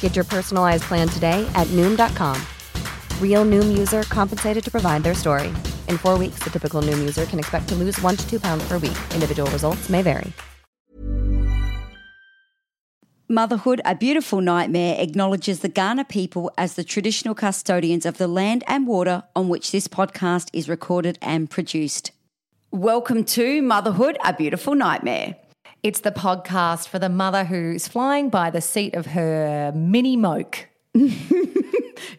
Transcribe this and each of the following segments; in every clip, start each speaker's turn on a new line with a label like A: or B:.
A: Get your personalized plan today at Noom.com. Real Noom user compensated to provide their story. In four weeks, the typical Noom user can expect to lose one to two pounds per week. Individual results may vary.
B: Motherhood, a Beautiful Nightmare, acknowledges the Ghana people as the traditional custodians of the land and water on which this podcast is recorded and produced. Welcome to Motherhood, a Beautiful Nightmare.
C: It's the podcast for the mother who's flying by the seat of her mini moke.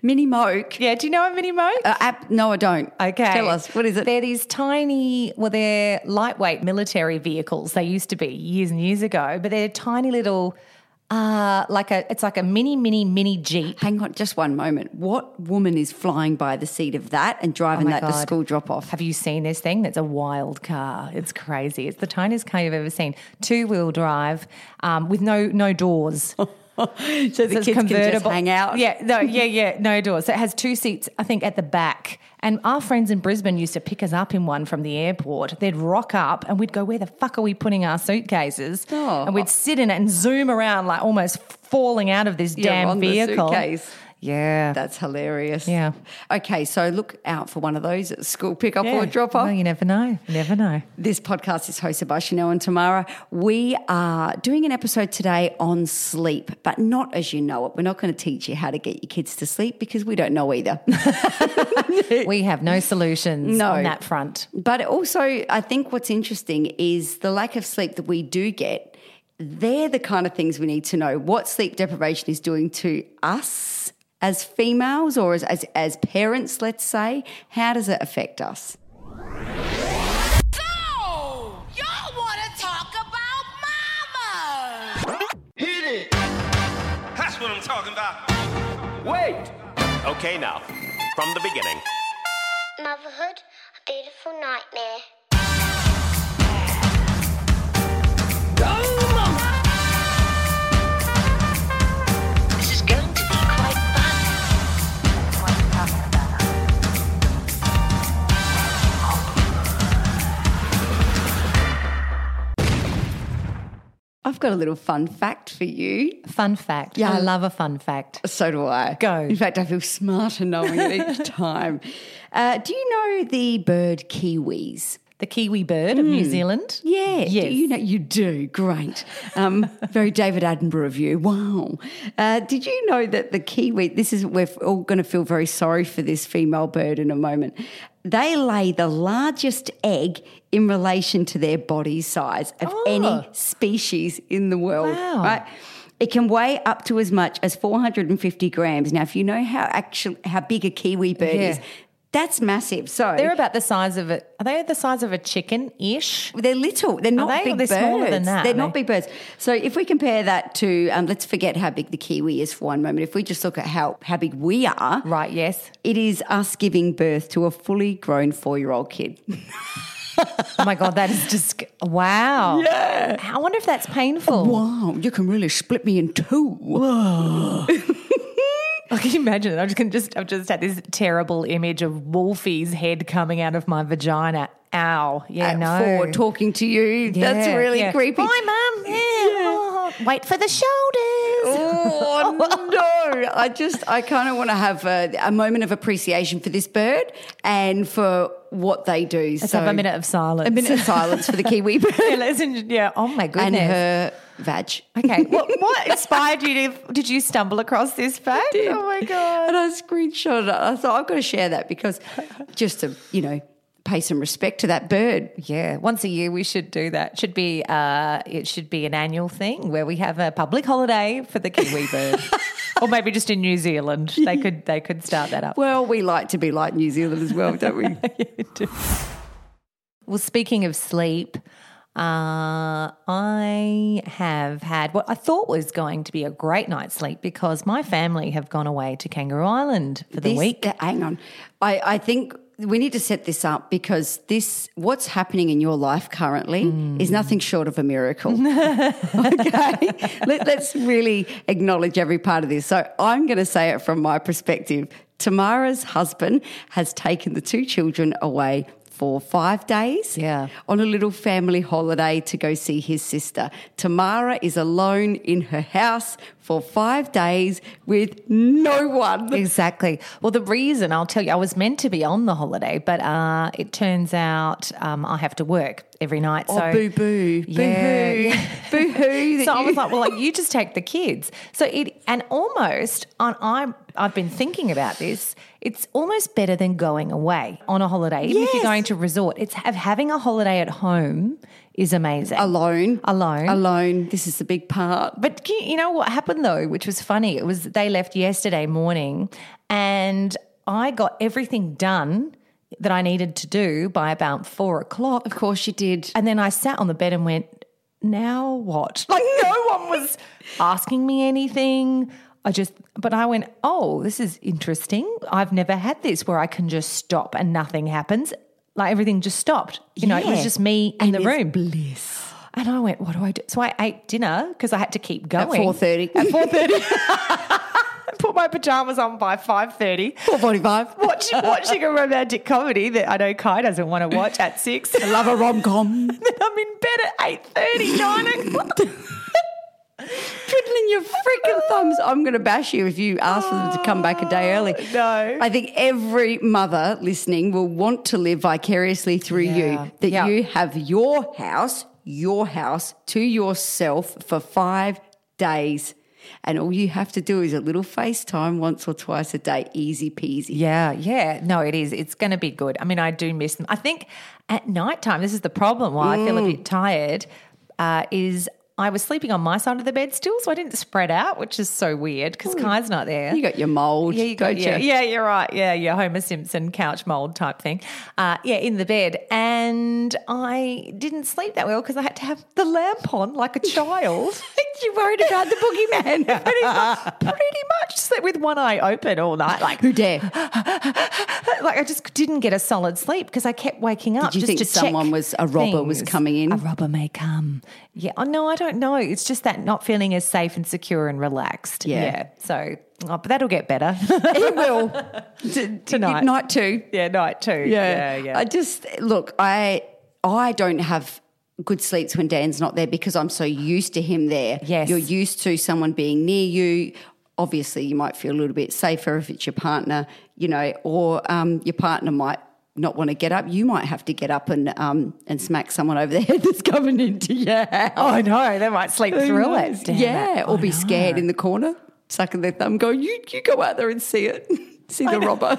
B: Mini Moke.
C: Yeah, do you know a mini moke?
B: Uh, app, no, I don't.
C: Uh, Okay.
B: Tell us, what is it?
C: They're these tiny, well, they're lightweight military vehicles. They used to be years and years ago, but they're tiny little, uh, like a, it's like a mini, mini, mini Jeep.
B: Hang on just one moment. What woman is flying by the seat of that and driving
C: Oh my
B: that to
C: God.
B: school drop off?
C: Have you seen this thing? That's a wild car. It's crazy. It's the tiniest car you've ever seen. Two wheel drive um, with no no doors.
B: So the
C: it's
B: kids can just hang out.
C: Yeah, no, yeah, yeah, no doors. So it has two seats, I think, at the back. And our friends in Brisbane used to pick us up in one from the airport. They'd rock up and we'd go, Where the fuck are we putting our suitcases?
B: Oh.
C: And we'd sit in it and zoom around, like almost falling out of this
B: You're
C: damn
B: on the
C: vehicle.
B: suitcase.
C: Yeah.
B: That's hilarious.
C: Yeah.
B: Okay, so look out for one of those at school pickup
C: Yeah.
B: or drop off.
C: Well, you never know. You never know.
B: This podcast is hosted by Chanel and Tamara. We are doing an episode today on sleep, but not as you know it. We're not going to teach you how to get your kids to sleep because we don't know either.
C: We have no solutions
B: No.
C: on that front.
B: But also, I think what's interesting is the lack of sleep that we do get. They're the kind of things we need to know what sleep deprivation is doing to us as females or as, as, as parents, let's say. How does it affect us?
D: So, y'all want to talk about mama?
E: That's what I'm talking about.
F: Wait! Okay, now, from the beginning.
G: Motherhood, a beautiful nightmare.
D: This is going to be quite fun.
B: I've got a little fun fact for you.
C: Fun fact.
B: Yeah.
C: I love a fun fact.
B: So do I.
C: Go.
B: In fact, I feel smarter knowing it each time. Uh, do you know the bird kiwis?
C: The kiwi bird of New Zealand.
B: Hmm. Yeah,
C: Yes.
B: do you know you do. Great, um, very David Attenborough of you. Wow. Uh, did you know that the kiwi? This is we're all going to feel very sorry for this female bird in a moment. They lay the largest egg in relation to their body size of any species in the world.
C: Ah. Wow.
B: Right. It can weigh up to as much as 450 grams. Now, if you know how actual how big a kiwi bird
C: Yeah.
B: is, that's massive. So
C: They're about the size of a. Are they the size of a chicken ish?
B: They're little. They're not
C: they?
B: big
C: They're
B: birds.
C: smaller than that,
B: They're
C: aren't
B: not
C: they?
B: big birds. So if we compare that to, um, let's forget how big the kiwi is for one moment. If we just look at how how big we are,
C: Right. Yes.
B: it is us giving birth to a fully grown four year old kid.
C: Oh my god, that is just wow. Yeah. I wonder if that's painful.
B: Wow, you can really split me in two.
C: I can imagine it. I just can just I've just had this terrible image of Wolfie's head coming out of my vagina. Ow! Yeah,
B: at
C: no.
B: four talking to you. That's
C: Yeah,
B: really
C: yeah.
B: creepy.
C: Hi, mum. Yeah. Oh, wait for the shoulders.
B: Oh no! I just I kind of want to have a, a moment of appreciation for this bird and for what they do.
C: Let's have a minute of silence.
B: A minute of silence for the kiwi bird
C: yeah, let's en- yeah. Oh my goodness.
B: and her vag.
C: Okay. What, what inspired you to? Did you stumble across this fact? Oh my god.
B: And I screenshot it. I thought I've got to share that because just to you know pay some respect to that bird.
C: Yeah, once a year we should do that. Should be uh, it should be an annual thing where we have a public holiday for the kiwi bird, or maybe just in New Zealand they could they could start that up.
B: Well, we like to be like New Zealand as well, don't we?
C: Well, speaking of sleep, uh, I have had what I thought was going to be a great night's sleep because my family have gone away to Kangaroo Island for the
B: This-
C: week.
B: uh, hang on. I, I think we need to set this up because this what's happening in your life currently
C: Hmm.
B: is nothing short of a miracle. okay. Let, let's really acknowledge every part of this. So I'm going to say it from my perspective. Tamara's husband has taken the two children away for five days
C: Yeah.
B: on a little family holiday to go see his sister. Tamara is alone in her house for five days with no one.
C: Exactly. Well, the reason I'll tell you, I was meant to be on the holiday, but uh, it turns out um, I have to work every night.
B: Oh,
C: so
B: boo boo.
C: Yeah.
B: Boo hoo. boo hoo.
C: So I was like, well, like, you just take the kids. So it, and almost, and I'm, I've been thinking about this. It's almost better than going away on a holiday, even if
B: Yes.
C: you're going to resort. It's have, having a holiday at home is amazing.
B: alone.
C: Alone.
B: Alone. This is the big part.
C: But can you, you know what happened though, which was funny? It was they left yesterday morning and I got everything done that I needed to do by about four o'clock.
B: Of course you did.
C: And then I sat on the bed and went, now what? Like no one was asking me anything. I just, but I went, oh, this is interesting. I've never had this where I can just stop and nothing happens. Like everything just stopped. You know, it was
B: Yeah.
C: just me in the
B: it's
C: room. Bliss. And I went, what do I do? So I ate dinner because I had to keep
B: At
C: going.
B: 4.30. At
C: Put my pajamas on by five thirty.
B: 4.45.
C: Watching watching a romantic comedy that I know Kai doesn't want to watch at six.
B: I love a rom-com.
C: I'm in bed at eight thirty, nine o'clock.
B: Twiddling your freaking thumbs. I'm going to bash you if you ask for them to come back a day early.
C: Ah, No.
B: I think every mother listening will want to live vicariously through
C: Yeah.
B: you that
C: Yeah.
B: you have your house, your house to yourself for five days. And all you have to do is a little FaceTime once or twice a day. Easy peasy.
C: Yeah, yeah. No, it is. It's going to be good. I mean, I do miss them. I think at night time, this is the problem why I feel a bit tired, uh, is I was sleeping on my side of the bed still, so I didn't spread out, which is so weird because Kai's not there.
B: You got your mold.
C: Yeah, you
B: don't
C: got, yeah,
B: you?
C: yeah, you're right. Yeah, your Homer Simpson couch mold type thing. Uh, yeah, in the bed. And I didn't sleep that well because I had to have the lamp on like a child.
B: You're worried about the boogeyman.
C: And he's like, pretty much slept with one eye open all night. Like,
B: Who dare?
C: like I just didn't get a solid sleep because I kept waking up.
B: Did you
C: just
B: think
C: to check
B: someone was- a robber was
C: things.
B: coming in?
C: A robber may come. Yeah. Oh no, I don't know. It's just that not feeling as safe and secure and relaxed.
B: Yeah.
C: So, oh, but that'll get better.
B: It will. T-
C: Tonight.
B: Night two.
C: yeah, night too. yeah. yeah.
B: I just look, I I don't have good sleeps when Dan's not there because I'm so used to him there.
C: Yes.
B: You're used to someone being near you. Obviously, you might feel a little bit safer if it's your partner, you know, or um, your partner might not want to get up. You might have to get up and um, and smack someone over the head that's coming into your house.
C: Oh no, they might sleep through it. Damn
B: yeah,
C: it.
B: or be scared in the corner, sucking their thumb, going, "You, you go out there and see it, see the robber,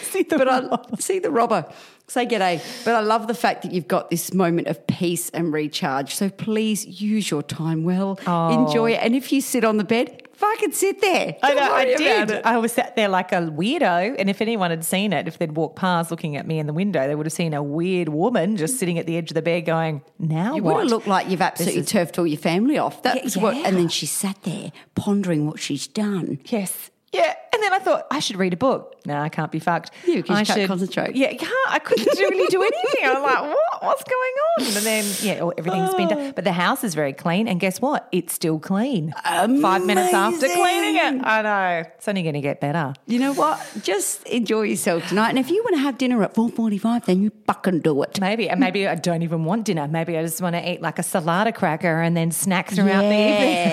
B: see the but I, see the robber." Say g'day, but I love the fact that you've got this moment of peace and recharge. So please use your time well, enjoy it, and if you sit on the bed, fucking sit there.
C: Oh. I
B: Don't
C: know, I
B: worry about
C: did.
B: it.
C: I was sat there like a weirdo, and if anyone had seen it, if they'd walked past looking at me in the window, they would have seen a weird woman just sitting at the edge of the bed, going, "Now
B: You
C: what?"
B: would have looked like you've absolutely
C: is-
B: turfed all your family off. That
C: Yeah,
B: was what,
C: yeah.
B: and then she sat there pondering what she's done.
C: Yes. Yeah. And then I thought, I should read a book. No, I can't be fucked.
B: You can
C: I
B: just can't concentrate.
C: Yeah, I can't. I couldn't do- really do anything. I'm like, what? what? What's going on? And then, yeah, all- everything's been done. But the house is very clean. And guess what? It's still clean. Five minutes after cleaning it. I know. It's only going to get better.
B: You know what? Just enjoy yourself tonight. And if you want to have dinner at 4.45, then you fucking do it.
C: Maybe. And maybe I don't even want dinner. Maybe I just want to eat like a salada cracker and then snack throughout the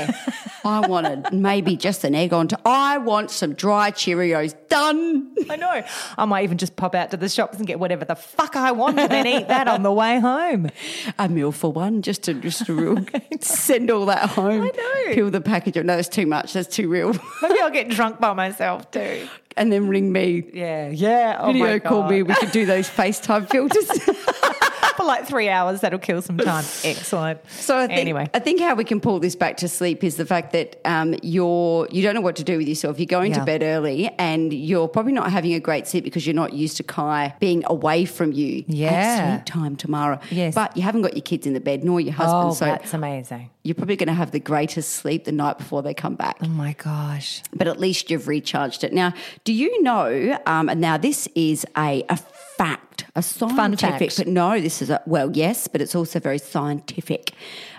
C: evening.
B: I want a, maybe just an egg on top. I want some dry Cheerios. Done.
C: I know. I might even just pop out to the shops and get whatever the fuck I want and then eat that on the way home.
B: A meal for one, just to just to real, send all that home.
C: I know.
B: Peel the package up. No, that's too much. That's too real.
C: Maybe I'll get drunk by myself too.
B: and then ring me.
C: Yeah, yeah. Oh
B: Video
C: my
B: call me.
C: God.
B: We could do those FaceTime filters.
C: for like three hours. That'll kill some time. Excellent.
B: So I think,
C: anyway,
B: I think how we can pull this back to sleep is the fact that um, you're you don't know what to do with yourself. You're going
C: Yeah.
B: to bed early, and you're probably not having a great sleep because you're not used to Kai being away from you.
C: Yeah.
B: at sleep time tomorrow.
C: Yes.
B: but you haven't got your kids in the bed nor your husband,
C: oh,
B: so
C: that's amazing.
B: you're probably going to have the greatest sleep the night before they come back.
C: Oh my gosh.
B: But at least you've recharged it. Now, do you know? Um, and now this is a a fact, a scientific,
C: fact.
B: but no, this is a, well, yes, but it's also very scientific.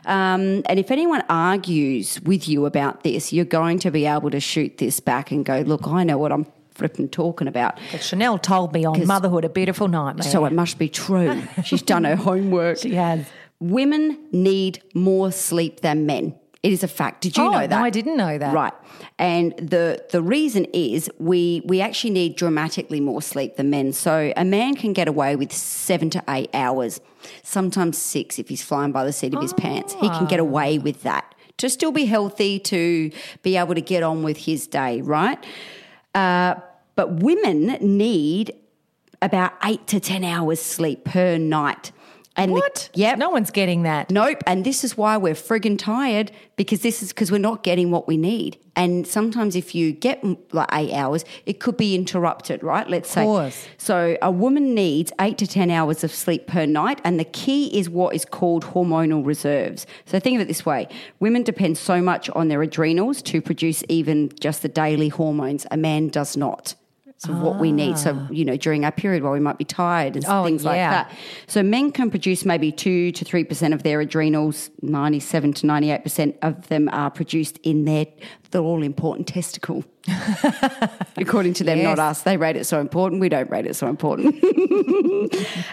B: Um, and if anyone argues with you about this, you're going to be able to shoot this back and go, look, I know what I'm flipping talking about.
C: Chanel told me on Motherhood, a beautiful nightmare.
B: So it must be true. She's done her homework.
C: she has.
B: Women need more sleep than men. It is a fact. Did you
C: Oh,
B: know
C: no,
B: that?
C: I didn't know that.
B: Right. And the the reason is we we actually need dramatically more sleep than men. So a man can get away with 7 to 8 hours, sometimes 6 if he's flying by the seat of his pants. He can get away with that to still be healthy to be able to get on with his day, right? Uh, but women need about 8 to 10 hours sleep per night. And the-
C: What?
B: yep.
C: No one's getting that.
B: Nope. And this is why we're friggin' tired because this is because we're not getting what we need. And sometimes if you get mm, like eight hours, it could be interrupted, right? Let's say.
C: course.
B: So a woman needs eight to 10 hours of sleep per night. And the key is what is called hormonal reserves. So think of it this way women depend so much on their adrenals to produce even just the daily hormones. A man does not. So what we need.
C: Ah.
B: So, you know, during our period while we might be tired and
C: Oh,
B: things like
C: yeah.
B: that. So men can produce maybe two to three percent of their adrenals. Ninety-seven to ninety-eight percent of them are produced in their the all-important testicle. According to them, not us. They rate it so important. We don't rate it so important.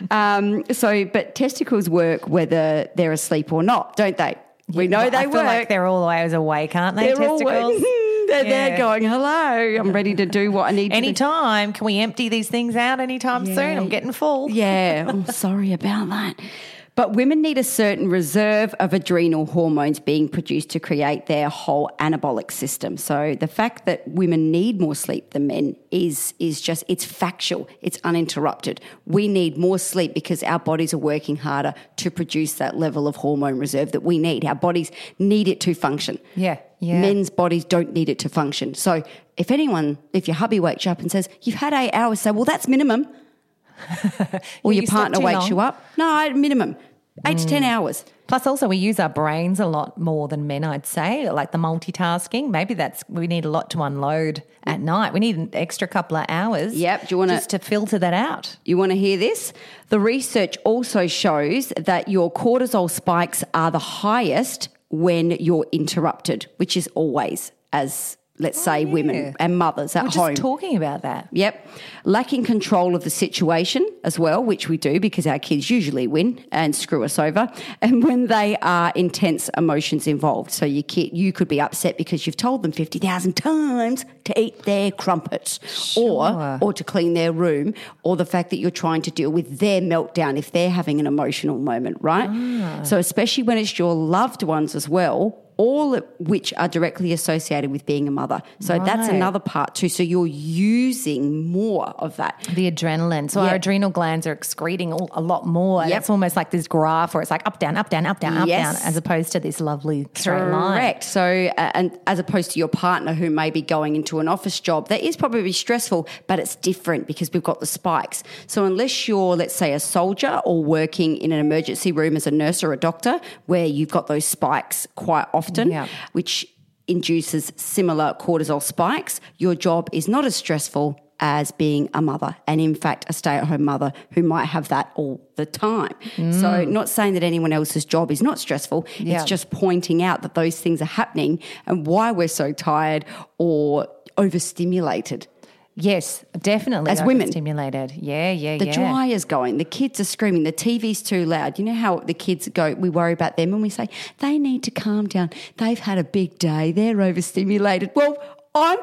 B: um, so, but testicles work whether they're asleep or not, don't they? We know
C: I
B: Oh, they
C: feel
B: work.
C: like they're all always awake, aren't they?
B: They're all
C: testicles.
B: work- they're
C: Yeah.
B: there going, hello, I'm ready to do what I need to do.
C: Anytime. Can we empty these things out anytime soon? I'm getting full.
B: Yeah, I'm sorry about that. But women need a certain reserve of adrenal hormones being produced to create their whole anabolic system. So the fact that women need more sleep than men is is just it's factual. It's uninterrupted. We need more sleep because our bodies are working harder to produce that level of hormone reserve that we need. Our bodies need it to function.
C: Yeah, yeah.
B: Men's bodies don't need it to function. So if anyone, if your hubby wakes you up and says, You've had eight hours, say, Well, that's minimum or
C: Yeah,
B: your
C: you slept
B: partner
C: too
B: wakes
C: long. Mm.
B: you up. No, at minimum eight to ten hours.
C: Plus, also, we use our brains a lot more than men, I'd say, like the multitasking. Maybe that's, we need a lot to unload at night. We need an extra couple of hours.
B: Yep, do you wanna-
C: Just to filter that out.
B: You want to hear this? The research also shows that your cortisol spikes are the highest when you're interrupted, which is always as let's say women and mothers at
C: Oh, We're
B: home.
C: just talking about that.
B: Yep. Lacking control of the situation as well, which we do because our kids usually win and screw us over. And when they are intense emotions involved. So your kid, you could be upset because you've told them 50,000 times to eat their crumpets or, or to clean their room or the fact that you're trying to deal with their meltdown if they're having an emotional moment, right? So especially when it's your loved ones as well. All of which are directly associated with being a mother. So that's
C: Right.
B: another part too. So you're using more of that.
C: The adrenaline. So our
B: Yeah.
C: adrenal glands are excreting all, a lot more.
B: Yep.
C: It's almost like this graph where it's like up, down, up, down, up, down, up,
B: Yes.
C: down, as opposed to this lovely straight line.
B: Correct. So, uh, and as opposed to your partner who may be going into an office job that is probably stressful, but it's different because we've got the spikes. So, unless you're, let's say, a soldier or working in an emergency room as a nurse or a doctor, where you've got those spikes quite often,
C: Yeah.
B: which induces similar cortisol spikes, your job is not as stressful as being a mother and, in fact, a stay at home mother who might have that all the time.
C: Mm.
B: So, not saying that anyone else's job is not stressful, it's just pointing out that those things are happening and why we're so tired or overstimulated.
C: Yes, definitely.
B: As
C: I get
B: women.
C: stimulated. Yeah, yeah,
B: The
C: yeah.
B: dryer's going, the kids are screaming, the TV's too loud. You know how the kids go, we worry about them and we say, they need to calm down. They've had a big day, they're overstimulated. Well, I'm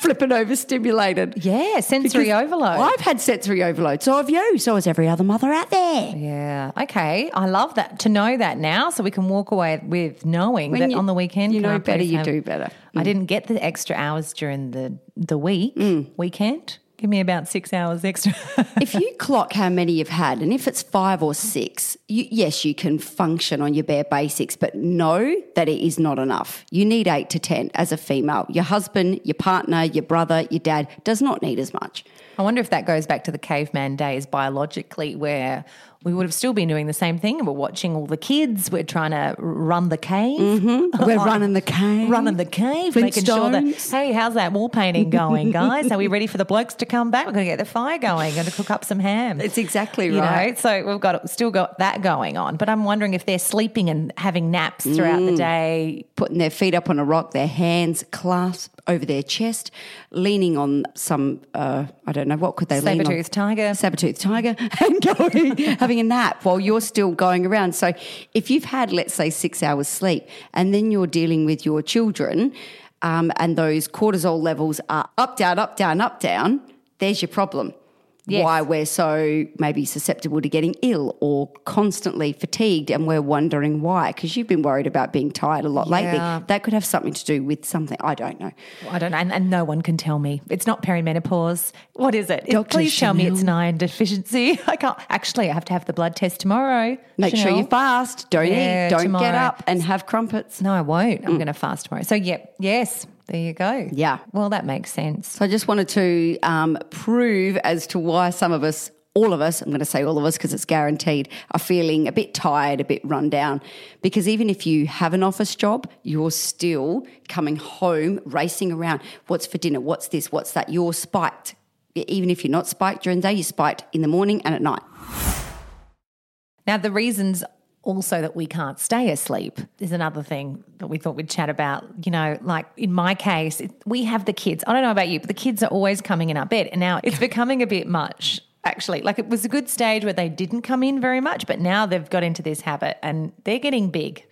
B: flipping overstimulated.
C: Yeah, sensory
B: Because
C: overload.
B: I've had sensory overload. So have you. So has every other mother out there.
C: Yeah. Okay. I love that to know that now, so we can walk away with knowing
B: When
C: that
B: you-
C: on the weekend
B: you
C: can
B: know
C: I
B: better,
C: please
B: you
C: have-
B: do Mm. better.
C: I didn't get the extra hours during the the week weekend. Give me about six hours extra.
B: Mm. if you clock how many you've had, and if it's five or six, you, yes, you can function on your bare basics, but know that it is not enough. You need eight to 10 as a female. Your husband, your partner, your brother, your dad does not need as much.
C: I wonder if that goes back to the caveman days biologically, where we would have still been doing the same thing. We're watching all the kids. We're trying to run the cave,
B: Mm-hmm. We're running the cane.
C: running the cave, making sure that
B: Flintstones.
C: hey, how's that wall painting going, guys? Are we ready for the blokes to come back? We're going to get the fire going. Going to cook up some ham.
B: It's exactly
C: You know,
B: right.
C: so we've got still got that going on. But I'm wondering if they're sleeping and having naps throughout
B: Mm.
C: the day.
B: putting their feet up on a rock, their hands clasped over their chest, leaning on some, uh, I don't know, what could they lean on?
C: Saber-toothed tiger.
B: Saber-toothed tiger, and going, having a nap while you're still going around. So if you've had, let's say, six hours sleep, and then you're dealing with your children, um, and those cortisol levels are up, down, up, down, up, down, there's your problem. Why we're so maybe susceptible to getting ill or constantly fatigued, and we're wondering why because you've been worried about being tired a lot
C: Yeah.
B: lately. That could have something to do with something. I don't know.
C: I don't know, and, and no one can tell me. It's not perimenopause. What is it? It-
B: Dr.
C: Please tell me it's
B: Chanel.
C: an iron deficiency. I can't actually. I have to have the blood test tomorrow.
B: Make sure
C: Chanel.
B: you fast. Don't
C: Yeah,
B: eat. Don't get
C: tomorrow.
B: up and have crumpets.
C: No, I won't. I'm going to fast tomorrow. So, yep, yes, there you go.
B: Mm. Yeah.
C: Well, that makes sense.
B: So I just wanted to um, prove as to why some of us, all of us, I'm going to say all of us because it's guaranteed, are feeling a bit tired, a bit run down. Because even if you have an office job, you're still coming home, racing around. What's for dinner? What's this? What's that? You're spiked. E, Even if you're not spiked during the day, you're spiked in the morning and at night.
C: Now, the reasons also that we can't stay asleep is another thing that we thought we'd chat about. You know, like in my case, it, we have the kids. I don't know about you, but the kids are always coming in our bed. And now it's becoming a bit much, actually. Like it was a good stage where they didn't come in very much, but now they've got into this habit and they're getting big.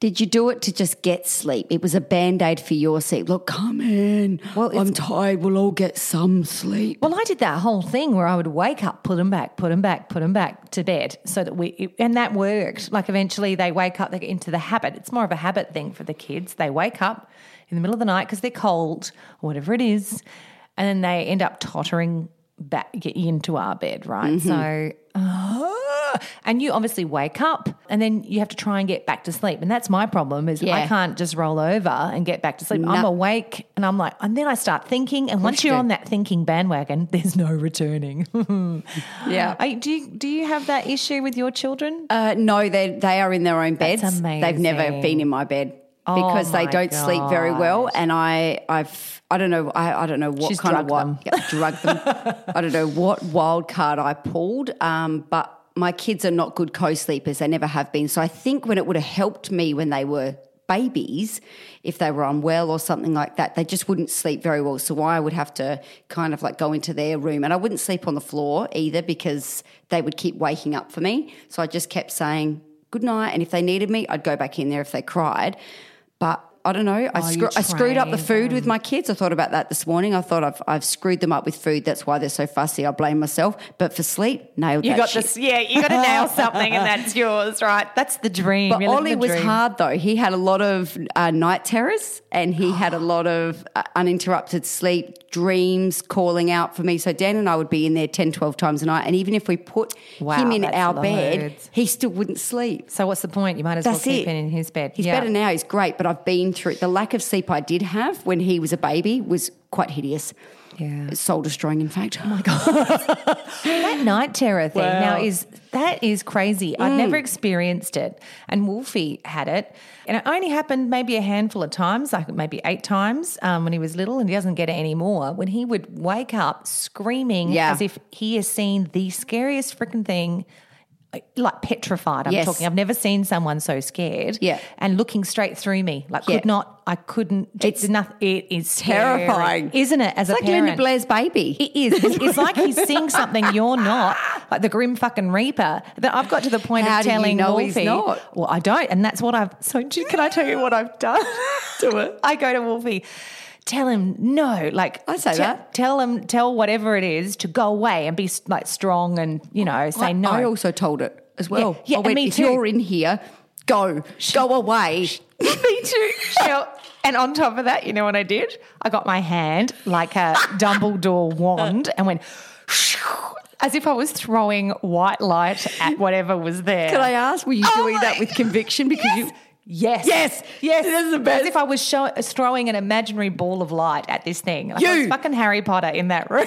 B: Did you do it to just get sleep? It was a band aid for your sleep. Look, come in. Well, I'm tired. We'll all get some sleep.
C: Well, I did that whole thing where I would wake up, put them back, put them back, put them back to bed, so that we and that worked. Like eventually they wake up, they get into the habit. It's more of a habit thing for the kids. They wake up in the middle of the night because they're cold or whatever it is, and then they end up tottering back into our bed, right? So. uh, and you obviously wake up and then you have to try and get back to sleep and that's my problem is i
B: Yeah.
C: can't just roll over and get back to sleep i'm awake and i'm like and then i start thinking and once you're on that thinking bandwagon there's no returning yeah I, do you do you have that issue with your children
B: Uh, no, they they are in their own beds. They've never
C: amazing. Oh
B: been in my bed because they
C: my
B: don't sleep very well, and I I've I don't know I, I don't know what
C: She's
B: kind of
C: drugged
B: what
C: them.
B: Yeah, drugged them. I don't know what wild card I pulled, um, but. My kids are not good co sleepers. They never have been. So I think when it would have helped me when they were babies, if they were unwell or something like that, they just wouldn't sleep very well. So I would have to kind of like go into their room and I wouldn't sleep on the floor either because they would keep waking up for me. So I just kept saying good night. And if they needed me, I'd go back in there if they cried. But I don't know. I, screw- I screwed up the food with my kids. I thought about that this morning. I thought I've, I've screwed them up with food. That's why they're so fussy. I blame myself. But for sleep, nailed
C: you
B: that
C: got
B: shit.
C: this yeah you got to nail something and that's yours right that's the dream
B: But
C: You're living
B: Ollie
C: the
B: was
C: dream.
B: hard though. He had a lot of uh, night terrors and he had a lot of uh, uninterrupted sleep, dreams calling out for me. So Dan and I would be in there 10, 12 times a night. And even if we put
C: Wow,
B: him in
C: that's
B: our
C: loads.
B: bed, he still wouldn't sleep.
C: so what's the point you might as
B: That's
C: well
B: it.
C: keep him in his bed
B: He's
C: Yeah.
B: better now. He's great. But I've been through it. The lack of sleep I did have when he was a baby was quite hideous.
C: Yeah.
B: Soul destroying, in fact. Oh my God.
C: That night terror thing now is That is crazy. I've never
B: Mm.
C: experienced it. And Wolfie had it. And it only happened maybe a handful of times, like maybe eight times um, when he was little, and he doesn't get it anymore. When he would wake up screaming
B: Yeah.
C: as if he has seen the scariest freaking thing. uh, Like petrified, I'm
B: Yes.
C: talking. I've never seen someone so scared.
B: Yeah.
C: and looking straight through me, like
B: Yeah.
C: could not. I couldn't. It's nothing. It is
B: Terrifying.
C: scary, isn't it? As
B: It's
C: a
B: like
C: parent,
B: Linda Blair's baby.
C: it is. It's, it's like he's seeing something you're not, like the grim fucking reaper. That I've got to the point
B: How
C: of
B: do you
C: telling
B: know he's
C: Wolfie.
B: not?
C: Well, I don't, and that's what I've. So do- can I tell you what I've done? Do it. I go to Wolfie. Tell him no, like
B: I say
C: te-
B: that.
C: Tell him, tell whatever it is to go away and be like strong and you know say
B: I-
C: no.
B: I also told it as well. I
C: yeah, and
B: went,
C: me
B: if
C: too.
B: you're in here, go. go away.
C: Me too. Shell. And on top of that, you know what I did? I got my hand like a Dumbledore wand and went as if I was throwing white light at whatever was there.
B: Can I ask, were you
C: Oh
B: doing that
C: my
B: with conviction? Because you
C: Yes.
B: Yes.
C: Yes.
B: This is the best.
C: As if I was show- throwing an imaginary ball of light at this thing. Like I was
B: You.
C: fucking Harry Potter in that room.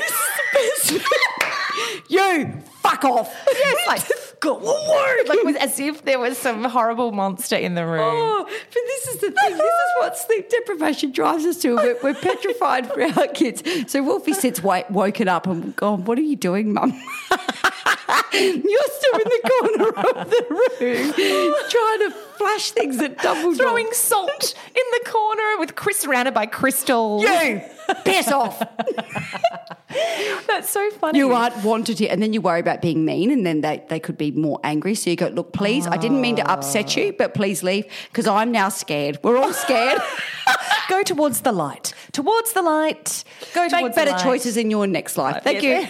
B: you fuck off.
C: yes. Like, go away. Like it was as if there was some horrible monster in the room.
B: Oh, but this is the thing. This is what sleep deprivation drives us to. We're, we're petrified for our kids. So Wolfie sits wa- woken up and gone, What are you doing, mum? You're still in the corner of the room trying to flash things at Dumbledore.
C: Throwing salt in the corner with Chris surrounded by crystal.
B: you piss off.
C: That's so funny.
B: You aren't wanted here. And then you worry about being mean, and then they, they could be more angry. So you go, Look, please, I didn't mean to upset you, but please leave because I'm now scared. We're all scared.
C: go towards the light. Towards the light. Go towards
B: Make better
C: the light.
B: choices in your next life. Thank you.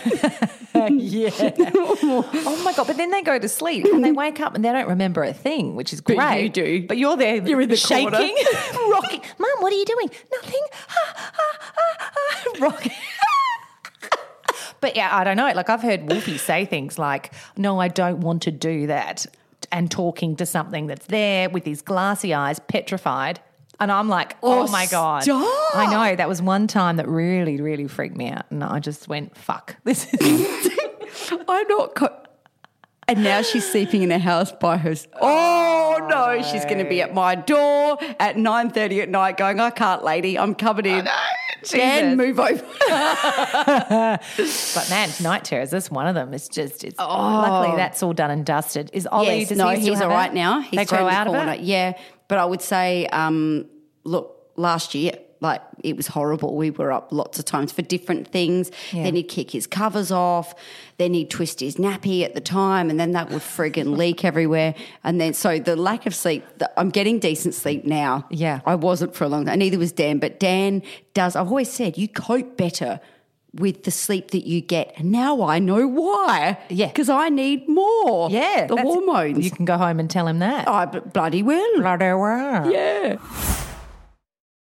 C: yeah. oh my god! But then they go to sleep and they wake up and they don't remember a thing, which is
B: But
C: great.
B: you do.
C: But you're there.
B: You're in the
C: shaking,
B: corner.
C: rocking. Mum, what are you doing? Nothing. Ah, ah, ah, ah, rocking. but yeah, I don't know. Like I've heard Wolfie say things like, "No, I don't want to do that," and talking to something that's there with his glassy eyes, petrified. And I'm like, oh,
B: Oh,
C: my god!
B: stop.
C: I know that was one time that really, really freaked me out, and I just went, "Fuck, this is."
B: I'm not. Co- and now she's sleeping in a house by herself. Oh no, she's going to be at my door at nine thirty at night, going, "I can't, lady. I'm covered in." Dan,
C: Jesus.
B: move over.
C: But man, night terrors. That's one of them. It's just. It's luckily that's all done and dusted. Is Ollie? does
B: Oh. no,
C: he still
B: he's
C: have
B: all right
C: it?
B: now. He's
C: they grow
B: turned the
C: out
B: corner.
C: of it.
B: Yeah, but I would say, um, look, last year. Like it was horrible. We were up lots of times for different things. Then he'd kick his covers off. Then he'd twist his nappy at the time, and then that would friggin' leak everywhere. And then so the lack of sleep. The, I'm getting decent sleep now.
C: Yeah.
B: I wasn't for a long time. Neither was Dan, but Dan does. I've always said you cope better with the sleep that you get. And now I know why.
C: Yeah.
B: because I need more.
C: Yeah,
B: the
C: that's-
B: hormones.
C: You can go home and tell him that.
B: I b- bloody will.
C: Bloody wow.
B: Oh. Yeah.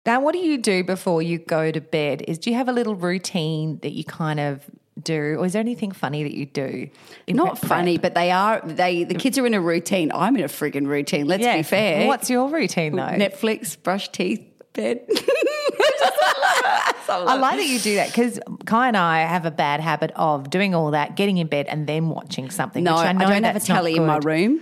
C: Now, what do you do before you go to bed? Is do you have a little routine that you kind of do, or is there anything funny that you do? in
B: Not
C: prep-
B: funny, but they are. They the kids are in a routine. I'm in a friggin' routine. Let's
C: Yeah.
B: be fair.
C: What's your routine though?
B: Netflix, brush teeth, bed.
C: I like that you do that because Kai and I have a bad habit of doing all that, getting in bed, and then watching something.
B: no,
C: which
B: I,
C: I, know
B: don't have a
C: that's not
B: telly in my
C: good.
B: room,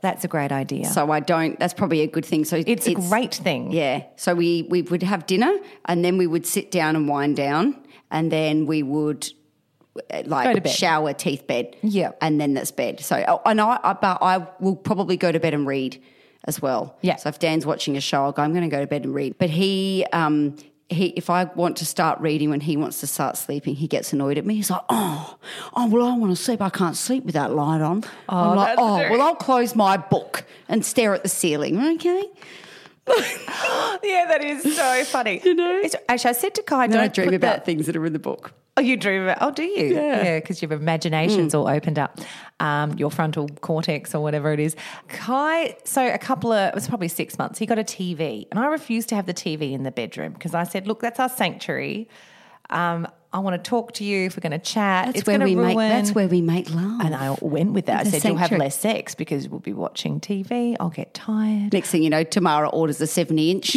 C: That's a great idea.
B: so I don't. That's probably a good thing. So
C: it's, a great thing.
B: Yeah. So we we would have dinner, and then we would sit down and wind down, and then we would uh,
C: Go to
B: like
C: bed.
B: shower, teeth, bed.
C: Yeah.
B: And then that's bed. So oh, and I, I but I will probably go to bed and read as well.
C: Yeah.
B: So if Dan's watching a show, I'll go, I'm going to go to bed and read. But he um. He, if I want to start reading when he wants to start sleeping, he gets annoyed at me. He's like, "Oh, oh, well, I want to sleep. I can't sleep with that light on." I'm like, "Oh, well, I'll close my book and stare at the ceiling." Okay.
C: Yeah, that is so funny. you know, it's, actually, I said to Kai,
B: Then
C: "Don't
B: I dream
C: put
B: about
C: the-
B: things that are in the book.
C: Oh, you dream about? Oh, do you? Yeah, because your imagination's
B: Mm.
C: all opened up, um, your frontal cortex or whatever it is. Kai, so a couple of it was probably six months. He got a TV, and I refused to have the TV in the bedroom because I said, "Look, that's our sanctuary." Um, I want to talk to you. If we're going to chat,
B: That's
C: it's
B: where
C: going to
B: we
C: ruin.
B: make. That's where we make love.
C: and I went with that. I
B: The
C: said, "You'll have
B: sanctuary.
C: less sex because we'll be watching TV. I'll get tired."
B: Next thing you know, Tamara orders a seventy inch.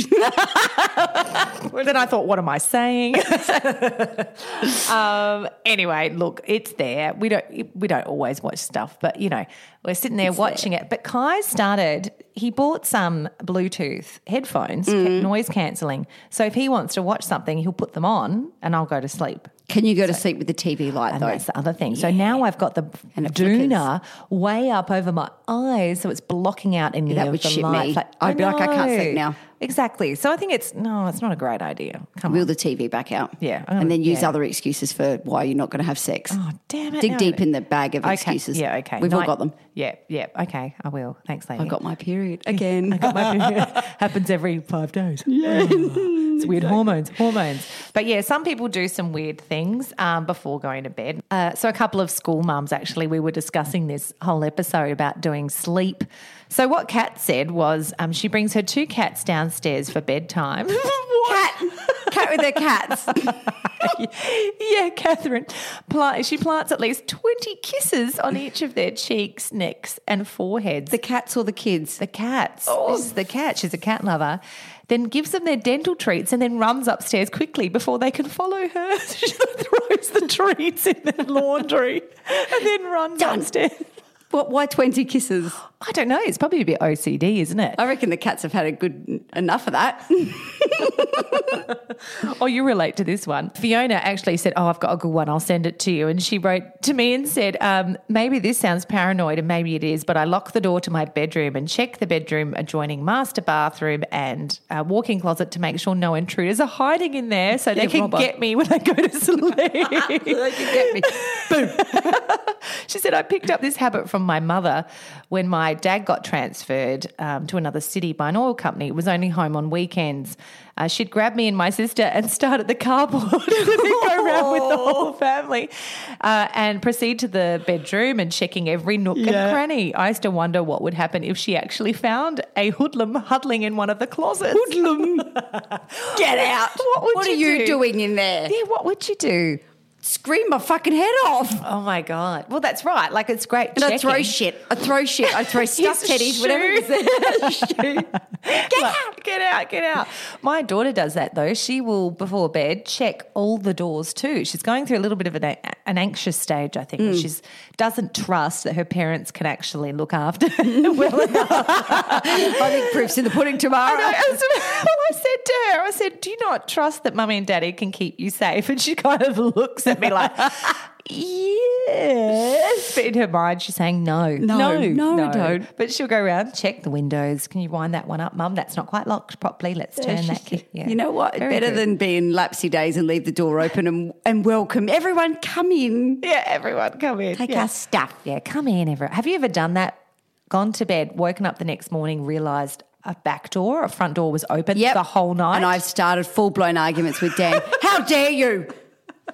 C: Well, then I thought, what am I saying? um, anyway, look, it's there. We don't we don't always watch stuff, but you know, we're sitting there watching it. But Kai started. He bought some Bluetooth headphones, ca-
B: Mm.
C: noise cancelling. So if he wants to watch something, he'll put them on, and I'll go to sleep.
B: Can you go to sleep with the TV light
C: And
B: though?
C: that's the other thing. So now I've got the
B: And it
C: Duna way up over my eyes, so it's blocking out any
B: That
C: of
B: would
C: the
B: shit
C: light.
B: me.
C: Like,
B: I'd be like, I can't sleep
C: know.
B: now.
C: Exactly. So I think it's no, it's not a great idea. Come
B: Wheel
C: on.
B: the TV back out.
C: Yeah, I'm
B: and then
C: gonna-
B: use
C: yeah.
B: other excuses for why you're not going to have sex.
C: Oh, damn it.
B: Dig
C: no.
B: deep in the bag of
C: Okay.
B: excuses.
C: Yeah, okay.
B: We've all
C: Night-
B: got them.
C: Yeah, yeah. Okay, I will. Thanks, lady.
B: I got my period again.
C: Happens every five days. Yeah. it's weird hormones, hormones. But yeah, some people do some weird things um, before going to bed. Uh, so, a couple of school mums actually, we were discussing this whole episode about doing sleep. So, what Kat said was um, she brings her two cats downstairs for bedtime.
B: cat, cat with her cats.
C: yeah, Catherine. Plant, she plants at least 20 kisses on each of their cheeks, necks, and foreheads.
B: the cats or the kids?
C: the cats. Oh. This is the cat. She's a cat lover. Then gives them their dental treats and then runs upstairs quickly before they can follow her. she throws the treats in the laundry and then runs downstairs.
B: What? Why twenty kisses?
C: I don't know. It's probably a bit OCD, isn't it?
B: I reckon the cats have had a good enough of that.
C: Oh, you relate to this one. Fiona actually said, Oh, I've got a good one. I'll send it to you. And she wrote to me and said, um, Maybe this sounds paranoid and maybe it is, but I lock the door to my bedroom and check the bedroom adjoining master bathroom and uh, walk in closet to make sure no intruders are hiding in there so they can
B: robber.
C: get me when I go to
B: they
C: sleep.
B: can get me.
C: She said, I picked up this habit from my mother when my dad got transferred um, to another city by an oil company. It was only home on weekends. Uh, she'd grab me and my sister and start at the cardboard and then go round with the whole family uh, and proceed to the bedroom and checking every nook and cranny. I used to wonder what would happen if she actually found a hoodlum huddling in one of the closets. Hoodlum.
B: Get out!
C: What would
B: What
C: you
B: are you
C: do?
B: doing in there?
C: yeah, what would you do?
B: Scream my fucking head off!
C: Oh my God. Well, that's right. Like, it's great.
B: And I throw
C: checking.
B: shit. I throw shit. I throw stuff,
C: His
B: teddies, whatever. It
C: shoe.
B: is.
C: Get out, get out, get out. My daughter does that though. She will, before bed, check all the doors too. She's going through a little bit of an, an anxious stage, I think. She doesn't trust that her parents can actually look after her well enough.
B: I think proof's in the pudding tomorrow.
C: I know. I was- well, I said to her, I said, Do you not trust that mummy and daddy can keep you safe? And she kind of looks at me like, Yes. But in her mind, she's saying, No,
B: No, no, I don't.
C: But she'll go around, check the windows. Can you wind that one up, mum? That's not quite locked properly. Let's turn that key. Yeah.
B: You know what?
C: Very
B: Better
C: good.
B: than being lapsy days and leave the door open and, and welcome everyone. Come in.
C: Yeah, everyone come in.
B: Take
C: yeah.
B: our stuff.
C: Yeah, come in, everyone. Have you ever done that? Gone to bed, woken up the next morning, realised a back door, a front door was open
B: Yep.
C: the whole night.
B: And I've started full blown arguments with Dan. How dare you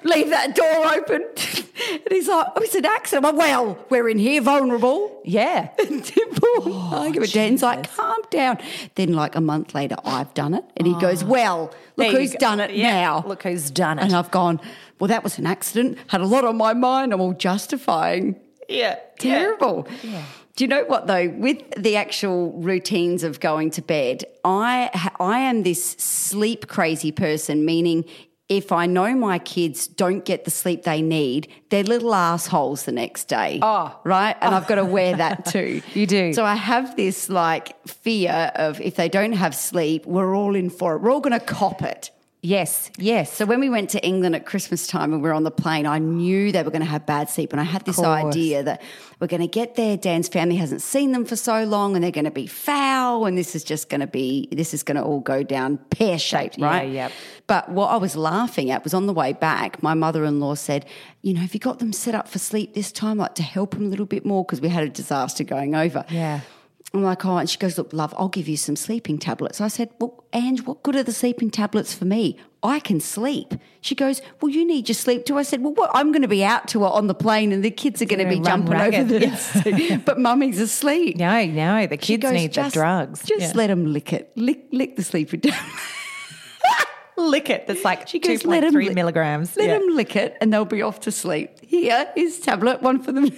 B: leave that door open? and he's like, oh, it's an accident. I'm like, well, we're in here vulnerable.
C: Yeah.
B: Oh, argument. Dan's like, calm down. Then, like a month later, I've done it. And he goes, well,
C: There
B: look
C: you
B: who's
C: go.
B: done it
C: Yeah,
B: now.
C: Look who's done it.
B: And I've gone, well, that was an accident. Had a lot on my mind. I'm all justifying.
C: yeah.
B: Terrible. Do you know what though? With the actual routines of going to bed, I ha- I am this sleep crazy person. Meaning, if I know my kids don't get the sleep they need, they're little assholes the next day. Oh, right. And I've got to wear that too.
C: You do.
B: So I have this like fear of if they don't have sleep, we're all in for it. We're all going to cop it.
C: Yes. Yes.
B: So when we went to England at Christmas time and we were on the plane, I knew they were going to have bad sleep, and I had this idea that we're going to get there. Dan's family hasn't seen them for so long, and they're going to be foul, and this is just going to be this is going to all go down pear shaped, right?
C: yep.
B: But what I was laughing at was on the way back, my mother in law said, "You know, have you got them set up for sleep this time, like to help them a little bit more because we had a disaster going over?"
C: Yeah.
B: I'm like, oh, and she goes, look, love, I'll give you some sleeping tablets. I said, well, Ange, what good are the sleeping tablets for me? I can sleep. She goes, well, you need your sleep too. I said, well, what? I'm going to be out to her on the plane and the kids are going to
C: gonna
B: be
C: run
B: jumping
C: ragged.
B: over this. but mummy's asleep.
C: No, no. The
B: She
C: kids
B: goes,
C: need the
B: "Just-
C: drugs.
B: Just
C: Yeah.
B: let them lick it. Lick, lick the sleeping tablets.
C: lick it. That's like
B: She
C: she
B: goes,
C: goes,
B: "Let 'em
C: 2.3
B: lick-
C: milligrams.
B: Let
C: Yeah.
B: them lick it and they'll be off to sleep. Here is tablet, one for them.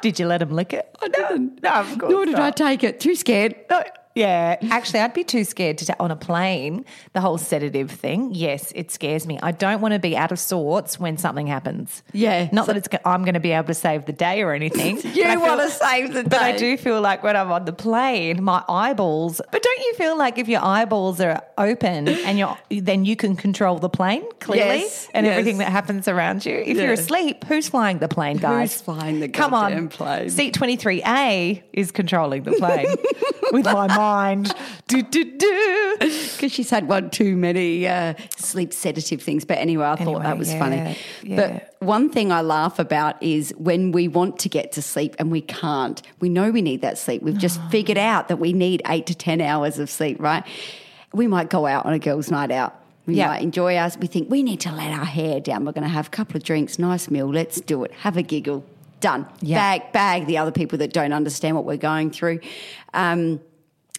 C: Did you let him lick it?
B: I didn't.
C: No, of course
B: Nor did I
C: not.
B: take it. Too scared.
C: No. Yeah, actually, I'd be too scared to ta- on a plane. The whole sedative thing, yes, it scares me. I don't want to be out of sorts when something happens.
B: Yeah.
C: not that it's go- I'm going to be able to save the day or anything.
B: You
C: but I feel-
B: wanna save the
C: but I
B: day.
C: do feel like when I'm on the plane, my eyeballs. But don't you feel like if your eyeballs are open and you're, then you can control the plane clearly
B: Yes,
C: and
B: yes.
C: everything that happens around you. If
B: Yeah.
C: you're asleep, who's flying the plane, guys?
B: flying the
C: Come on,
B: goddamn plane?
C: Seat 23A is controlling the plane with my mind. Do, do, do.
B: because she's had one too many uh, sleep sedative things. But anyway, I thought
C: Anyway,
B: that was
C: yeah,
B: funny.
C: yeah.
B: But one thing I laugh about is when we want to get to sleep and we can't. We know we need that sleep. We've just figured out that we need eight to 10 hours of sleep, right? We might go out on a girls' night out. We
C: Yeah.
B: might enjoy us. We think we need to let our hair down. We're going to have a couple of drinks, nice meal. Let's do it. Have a giggle. Done.
C: Yeah.
B: Bag, bag the other people that don't understand what we're going through. Um,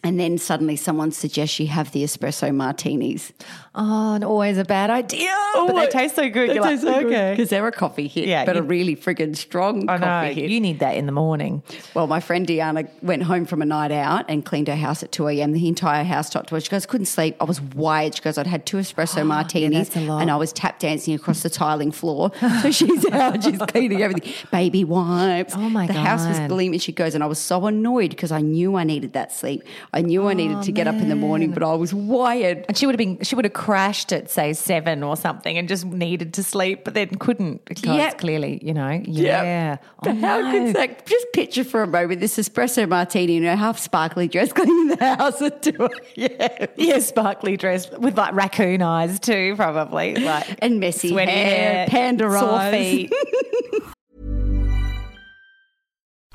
B: and then suddenly someone suggests you have the espresso martinis.
C: Oh, and always a bad idea. but they taste so good. You're like, okay.
B: Because they're a coffee hit,
C: Yeah,
B: but
C: you-
B: a really friggin' strong
C: I know.
B: coffee hit.
C: You need that in the morning.
B: Well, my friend Deanna went home from a night out and cleaned her house at 2 a.m. The entire house topped to her. She goes, couldn't sleep. I was wired. She goes, I'd had two espresso martinis
C: that's a lot.
B: and I was tap dancing across the tiling floor. So she's out, she's cleaning everything. Baby wipes.
C: Oh, my
B: the house was
C: God.
B: gleaming. She goes, and I was so annoyed because I knew I needed that sleep. I knew I
C: Oh,
B: needed to get up in the morning, but I was wired.
C: And she would have been, she would have crashed at say seven or something and just needed to sleep, but then couldn't because
B: Yep.
C: clearly, you know, yeah. Oh,
B: How could
C: no.
B: that? Just picture for a moment this espresso martini in her half sparkly dress cleaning the house at two a.m.
C: Yeah, sparkly dress with like raccoon eyes too, probably like
B: And messy
C: sweaty
B: hair, panda
C: sore
B: eyes.
C: feet.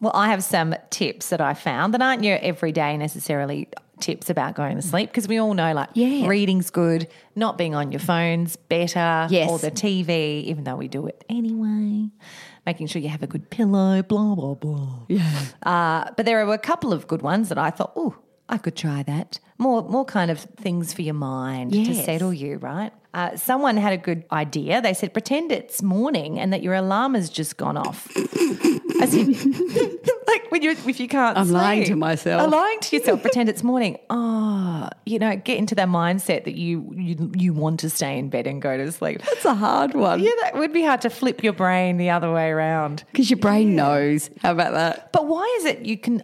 C: Well, I have some tips that I found that aren't your everyday necessarily tips about going to sleep because we all know like
B: Yeah.
C: reading's good, not being on your phones better,
B: Yes.
C: or the TV, even though we do it anyway. Making sure you have a good pillow, blah blah blah. Yeah. Uh, but there are a couple of good ones that I thought, oh, I could try that. More more kind of things for your mind to
B: Yes.
C: settle you, right? Uh, someone had a good idea. They said, pretend it's morning and that your alarm has just gone off. As in, like when you if you can't,
B: I'm
C: sleep.
B: lying to myself.
C: I'm lying to yourself. Pretend it's morning. Oh, you know, get into that mindset that you you you want to stay in bed and go to sleep.
B: It's a hard one
C: Yeah, that would be hard to flip your brain the other way around.
B: because your brain knows. How about that?
C: But why is it you can?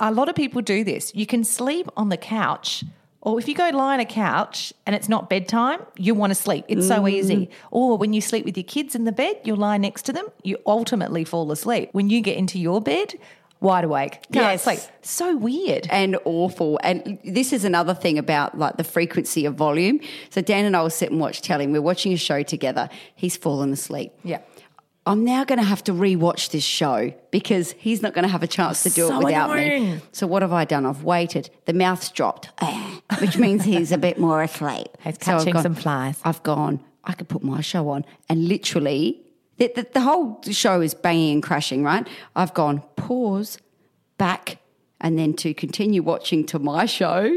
C: A lot of people do this. You can sleep on the couch, or if you go lie on a couch and it's not bedtime, you want to sleep. It's
B: Mm.
C: so easy. Or when you sleep with your kids in the bed, you lie next to them, you ultimately fall asleep. When you get into your bed, wide awake. Yeah,
B: Yes.
C: it's like so weird.
B: And awful. And this is another thing about like the frequency of volume. So Dan and I will sit and watch telly. and We're watching a show together. He's fallen asleep.
C: Yeah.
B: I'm now going to have to re-watch this show because he's not going to have a chance to do
C: So
B: it without me.
C: annoying.
B: So what have I done? I've waited. The mouth's dropped, which means he's a bit more asleep.
C: He's
B: I've
C: catching some flies.
B: I've gone. I could put my show on, and literally, the, the, the whole show is banging and crashing. Right? I've gone pause, back, and then to continue watching to my show.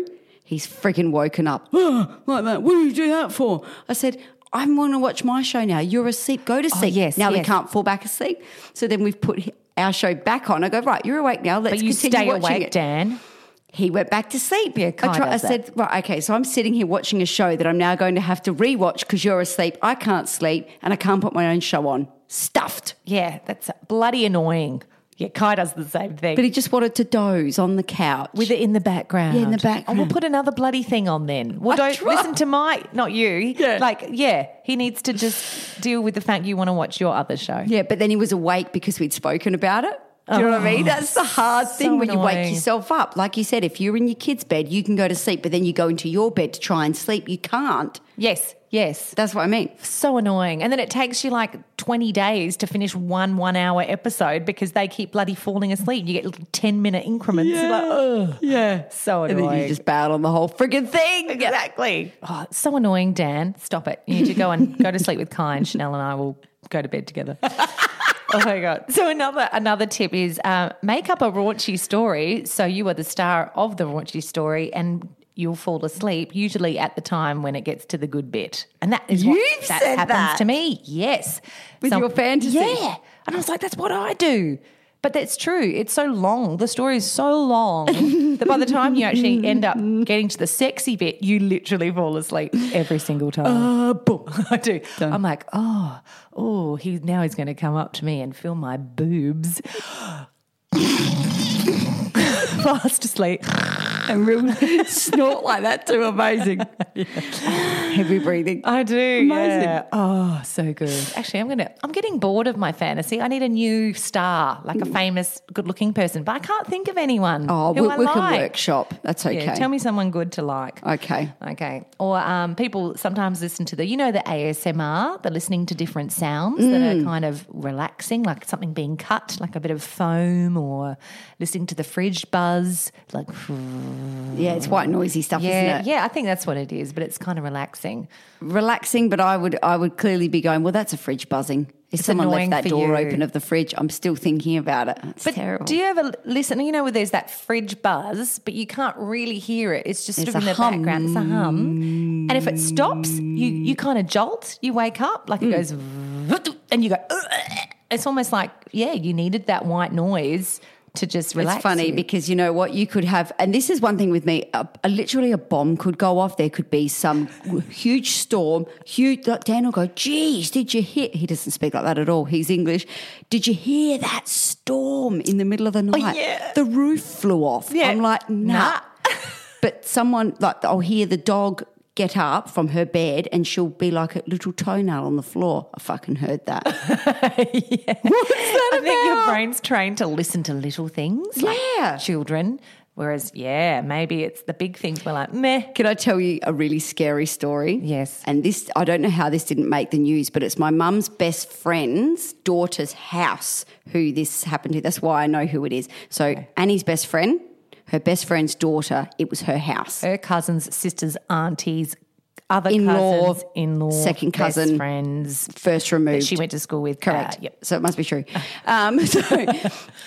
B: He's freaking woken up "Oh, like that. What do you do that for? I said. I'm going to watch my show now. You're asleep. Go to sleep.
C: Oh, yes,
B: now we
C: yes.
B: can't fall back asleep. So then we've put our show back on. I go, right, you're awake now. Let's
C: But you
B: continue
C: stay
B: watching
C: awake,
B: it.
C: Dan.
B: He went back to sleep. Yeah,
C: kind
B: I, tri-
C: of
B: I
C: that.
B: said, right, okay, so I'm sitting here watching a show that I'm now going to have to rewatch because you're asleep. I can't sleep and I can't put my own show on. Stuffed.
C: Yeah, that's bloody annoying. Yeah, Kai does the same thing.
B: But he just wanted to doze on the couch.
C: with it in the background.
B: Yeah, in the
C: And we'll
B: background.
C: put another bloody thing on then. Well, don't
B: try-
C: listen to my, not you. Like, yeah, he needs to just deal with the fact you want to watch your other show.
B: Yeah, but then he was awake because we'd spoken about it. Do you know what I mean? That's the hard thing when you wake
C: Oh, annoying.
B: yourself up. Like you said, if you're in your kid's bed, you can go to sleep, but then you go into your bed to try and sleep. You can't.
C: Yes, yes.
B: That's what I mean.
C: So annoying. And then it takes you like 20 days to finish one one hour episode because they keep bloody falling asleep. You get little 10 minute increments. Yeah. Like, ugh. Yeah. So
B: And
C: annoying.
B: then you just bail on the whole friggin' thing.
C: Exactly. Oh, it's so annoying, Dan. Stop it. You need to go and go to sleep with Kai and Chanel and I will go to bed together. oh my god. So another another tip is uh, make up a raunchy story so you are the star of the raunchy story and you'll fall asleep usually at the time when it gets to the good bit. And that is what
B: You've
C: that
B: said
C: happens
B: that.
C: to me. Yes.
B: With your fantasy.
C: Yeah. And I was like, that's what I do. But that's true. It's so long. The story is so long that by the time you actually end up getting to the sexy bit, you literally fall asleep every single time. Uh, boom. I do. I'm like, oh, oh, he now he's going to come up to me and feel my boobs. Fast asleep.
B: And real snort like that too. Amazing. Heavy breathing.
C: I do.
B: Amazing.
C: Yeah. Oh, so good. Actually, I'm gonna. I'm getting bored of my fantasy. I need a new star, like a famous, good-looking person, but I can't think of anyone.
B: Hmm. Oh,
C: who
B: we,
C: I
B: we can
C: like.
B: workshop. That's okay. Oh,
C: Yeah, Tell me Oh. someone good to like.
B: Okay.
C: Okay. Or um, people sometimes listen to the, you know, the ASMR, the listening to different sounds
B: Mm.
C: that are kind of relaxing, like something being cut, like a bit of foam, or listening to the fridge buzz, like.
B: Yeah, it's quite noisy stuff,
C: Yeah,
B: isn't it?
C: yeah, I think that's what it is, but it's kind of relaxing.
B: relaxing, but I would I would clearly be going, well, that's a fridge buzzing. If
C: It's
B: someone
C: annoying
B: left that
C: for
B: door
C: you.
B: open of the fridge, I'm still thinking about it. It's
C: But
B: terrible.
C: do you ever listen? You know, where there's that fridge buzz, but you can't really hear it. It's just sort
B: It's
C: of in
B: a
C: the
B: hum.
C: background. It's a hum, and if it stops, you you kind of jolt. You wake up like it goes,
B: Mm.
C: and you go. It's almost like yeah, you needed that white noise to just relax.
B: it's funny
C: you.
B: because you know what you could have, and this is one thing with me. A, a- literally, a bomb could go off. There could be some huge storm. Huge. Like Dan will go, "Geez, did you hear?" He doesn't speak like that at all. He's English. Did you hear that storm in the middle of the night?
C: yeah.
B: The roof flew off.
C: Yeah.
B: I'm like, nah. but someone like I'll hear the dog get up from her bed and she'll be like a little toenail on the floor. I fucking heard that. What's that
C: I think your
B: about?
C: brain's trained to listen to little things, like
B: Yeah.
C: children. Whereas, yeah, maybe it's the big things. We're like meh.
B: Can I tell you a really scary story?
C: Yes.
B: And this, I don't know how this didn't make the news, but it's my mum's best friend's daughter's house who this happened to. That's why I know who it is. So Annie's best friend, her best friend's daughter, it was her house.
C: her cousins, sisters, aunties, other
B: In-law,
C: cousins, in law,
B: second cousin.
C: friends
B: First removed.
C: she went to school with.
B: Correct.
C: Uh, yep.
B: So it must be true. Um, so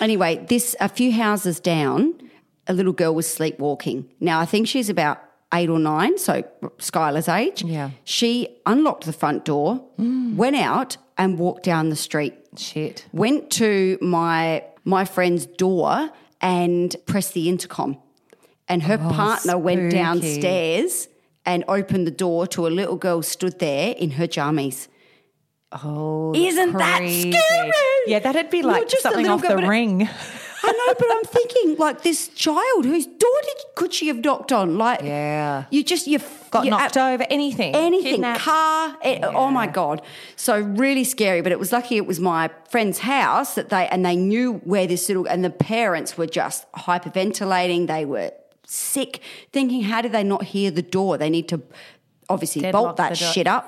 B: anyway, this a few houses down, a little girl was sleepwalking. Now I think she's about eight or nine, so Skylar's age.
C: Yeah.
B: She unlocked the front door, went out, and walked down the street.
C: Shit.
B: Went to my my friend's door and pressed the intercom, and her partner went
C: Oh, spooky.
B: downstairs and opened the door to a little girl stood there in her jammies.
C: Oh,
B: Isn't that
C: crazy.
B: scary?
C: Yeah, that'd be
B: You're
C: like
B: just a
C: something
B: little
C: off
B: girl,
C: the
B: but it-
C: ring.
B: I know, but I'm thinking like this child whose door did, could she have knocked on? Like,
C: Yeah.
B: you just you
C: Got knocked over, anything.
B: anything,
C: Kidnapped.
B: car. eh, Oh my god! So really scary. But it was lucky it was my friend's house that they and they knew where this little and the parents were just hyperventilating. They were sick, thinking how did they not hear the door? They need to obviously bolt
C: Deadlock
B: that
C: the door.
B: shit up,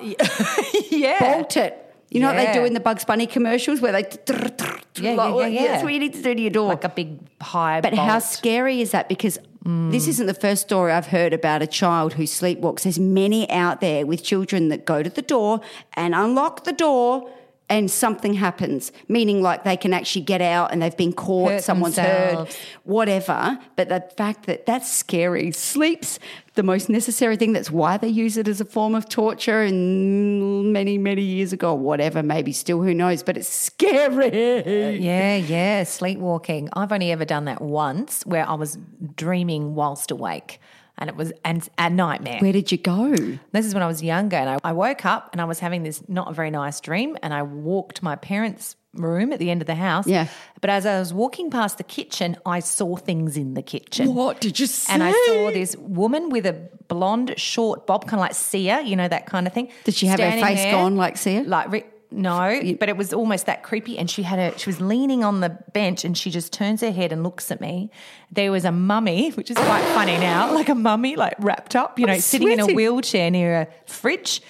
C: yeah.
B: bolt it. You know what
C: Yeah.
B: they do in the Bugs Bunny commercials where they
C: Yeah, yeah,
B: like,
C: yeah, yeah.
B: that's what you need to do to your door.
C: Like a big pie.
B: But how
C: bolt. Mm.
B: scary is that? Because this isn't the first story I've heard about a child who sleepwalks. There's many out there with children that go to the door and unlock the door. and something happens, meaning like they can actually get out and they've been caught,
C: Hurt
B: someone's
C: themselves.
B: hurt, whatever. But the fact that that's scary. Sleep's the most necessary thing. That's why they use it as a form of torture. And many, many years ago, whatever, maybe still, who knows? But it's scary.
C: Yeah, yeah, sleepwalking. I've only ever done that once where I was dreaming whilst awake and it was and a nightmare.
B: Where did you go?
C: This is when I was younger and I, I woke up and I was having this not a very nice dream and I walked my parents' room at the end of the house.
B: Yeah.
C: But as I was walking past the kitchen, I saw things in the kitchen.
B: What did you see?
C: And I saw this woman with a blonde, short bob, kind of like Sia, you know, that kind of thing.
B: Did she have her
C: standing
B: face
C: there,
B: gone like Sia?
C: Like, re- no, but it was almost that creepy. And she had a, she was leaning on the bench and she just turns her head and looks at me. There was a mummy, which is quite funny now, like a mummy, like wrapped up, you know, sitting in a
B: sweating.
C: wheelchair near a fridge.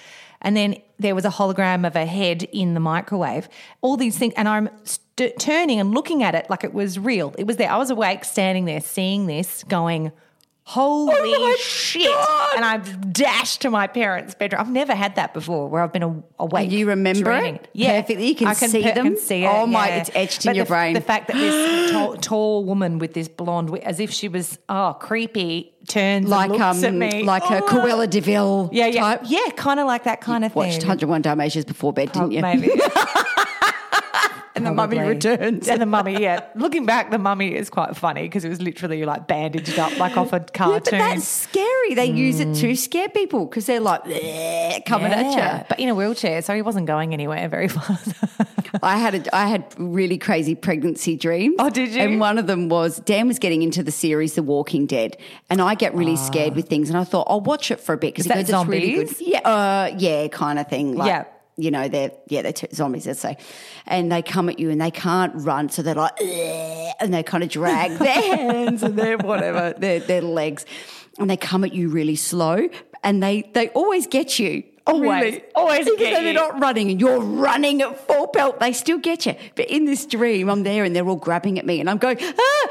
C: And then there was a hologram of a head in the microwave. All these things. And I'm st- turning and looking at it like it was real. It was there. I was awake, standing there, seeing this, going, Holy shit. And I dashed to my parents' bedroom. I've never had that before where I've been a- awake.
B: You remember it
C: dreaming. Yeah.
B: perfectly? You can see
C: per-
B: them?
C: see it,
B: Oh my-
C: yeah.
B: it's etched in
C: But
B: your
C: the,
B: brain.
C: The fact that this tall, tall woman with this blonde, wi- as if she was, oh, creepy, turns
B: like
C: and
B: um,
C: looks at me.
B: like a
C: Oh.
B: Cruella Deville
C: Yeah, yeah.
B: type.
C: Yeah, kind of like that kind of
B: Watched
C: thing.
B: 101 Dalmatians before bed, didn't you?
C: Maybe.
B: And the mummy
C: Probably.
B: returns.
C: And the mummy, yeah. Looking back, the mummy is quite funny because it was literally like bandaged up like off a
B: Yeah, but
C: cartoon.
B: that's scary. They use it to scare people because they're like "Bleh," coming
C: Yeah,
B: at you.
C: But in a wheelchair, so he wasn't going anywhere very fast.
B: I had a, I had really crazy pregnancy dreams.
C: Oh, did you?
B: And one of them was Dan was getting into the series The Walking Dead, and I get really scared with things. And I thought I'll watch it for a bit because
C: Ah. Is that
B: really good.
C: zombies?
B: Yeah, uh, yeah, kind of thing. Like,
C: Yeah.
B: You know they're yeah they're t- zombies let's say, and they come at you and they can't run so they're like "Bleh," and they kind of drag their hands and their whatever their their legs, and they come at you really slow and they they always get you always
C: Really? Always
B: Even
C: get
B: though they're
C: you.
B: not running and you're running at full pelt. They still get you. But in this dream, I'm there and they're all grabbing at me and I'm going, ah, ah,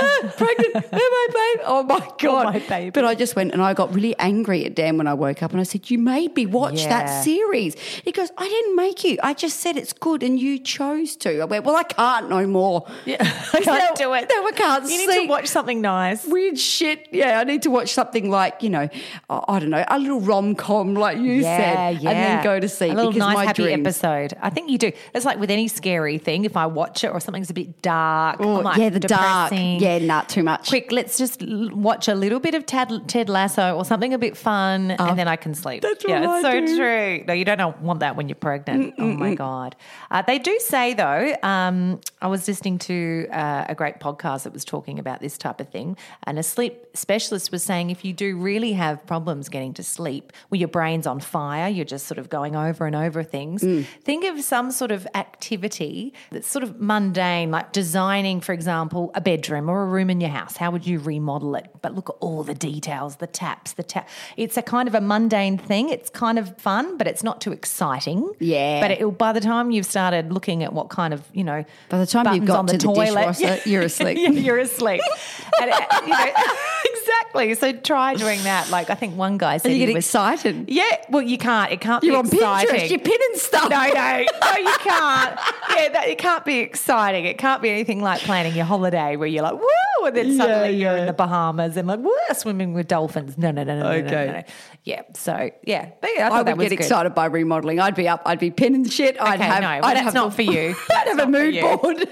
B: ah, pregnant, where my baby? Oh my God.
C: my baby.
B: But I just went and I got really angry at Dan when I woke up and I said, You made me watch
C: Yeah.
B: that series. He goes, I didn't make you. I just said it's good and you chose to. I went, Well, I can't no more. Yeah. I
C: Can't do it.
B: No, I can't
C: you
B: sleep
C: need to watch something nice.
B: weird shit. Yeah, I need to watch something like you know, I, I don't know, a little rom com like you
C: yeah,
B: said,
C: yeah.
B: and then go to sleep
C: A little
B: because
C: nice,
B: my
C: happy
B: dreams.
C: episode. I think you do. It's like with any scary thing. If I watch it or something's a bit dark,
B: Oh,
C: I'm like,
B: yeah, the dark.
C: depressing.
B: Yeah, not too much.
C: Quick, let's just l- watch a little bit of Tad, Ted Lasso or something a bit fun, and then I can sleep.
B: Ah, that's
C: yeah,
B: what
C: it's
B: I
C: so
B: do.
C: true. No, you don't know- want that when you're pregnant. Oh my god! Uh, they do say though. Um, I was listening to uh, a great podcast that was talking about this type of thing, and a sleep specialist was saying if you do really have problems getting to sleep, where your brain's on fire, you're just sort of going over and over things. Think of some sort of activity that's sort of mundane, like designing, for example, a bedroom or a room in your house. How would you remodel it? But look at all the details, the taps, the tap. It's a kind of a mundane thing. It's kind of fun, but it's not too exciting.
B: Yeah.
C: But it, by the time you've started looking at what kind of you know,
B: By the time you've
C: buttons
B: got
C: on
B: to
C: the,
B: the
C: toilet,
B: dishwasher, you're asleep.
C: Yeah, you're asleep. And, uh, you know, exactly. So try doing that. Like I think one guy said
B: And you
C: he
B: get
C: was
B: excited.
C: yeah, well, you can't. It can't
B: You're
C: be
B: on
C: exciting.
B: Pinterest. You're pinning stuff.
C: No, no, no, you can't. Yeah, that, it can't be exciting. It can't be anything like planning your holiday where you're like, woo, and then suddenly you're in the Bahamas and like, woo, swimming with dolphins. No, no, no, no, no, no, no, no. Yeah, so yeah, but yeah, I thought
B: I
C: that
B: would
C: was
B: get
C: good.
B: excited by remodeling. I'd be up. I'd be pinning shit. I'd
C: Okay,
B: have.
C: no, well,
B: I'd
C: that's
B: have
C: not for you.
B: I'd have a
C: That's not for
B: mood
C: you.
B: board.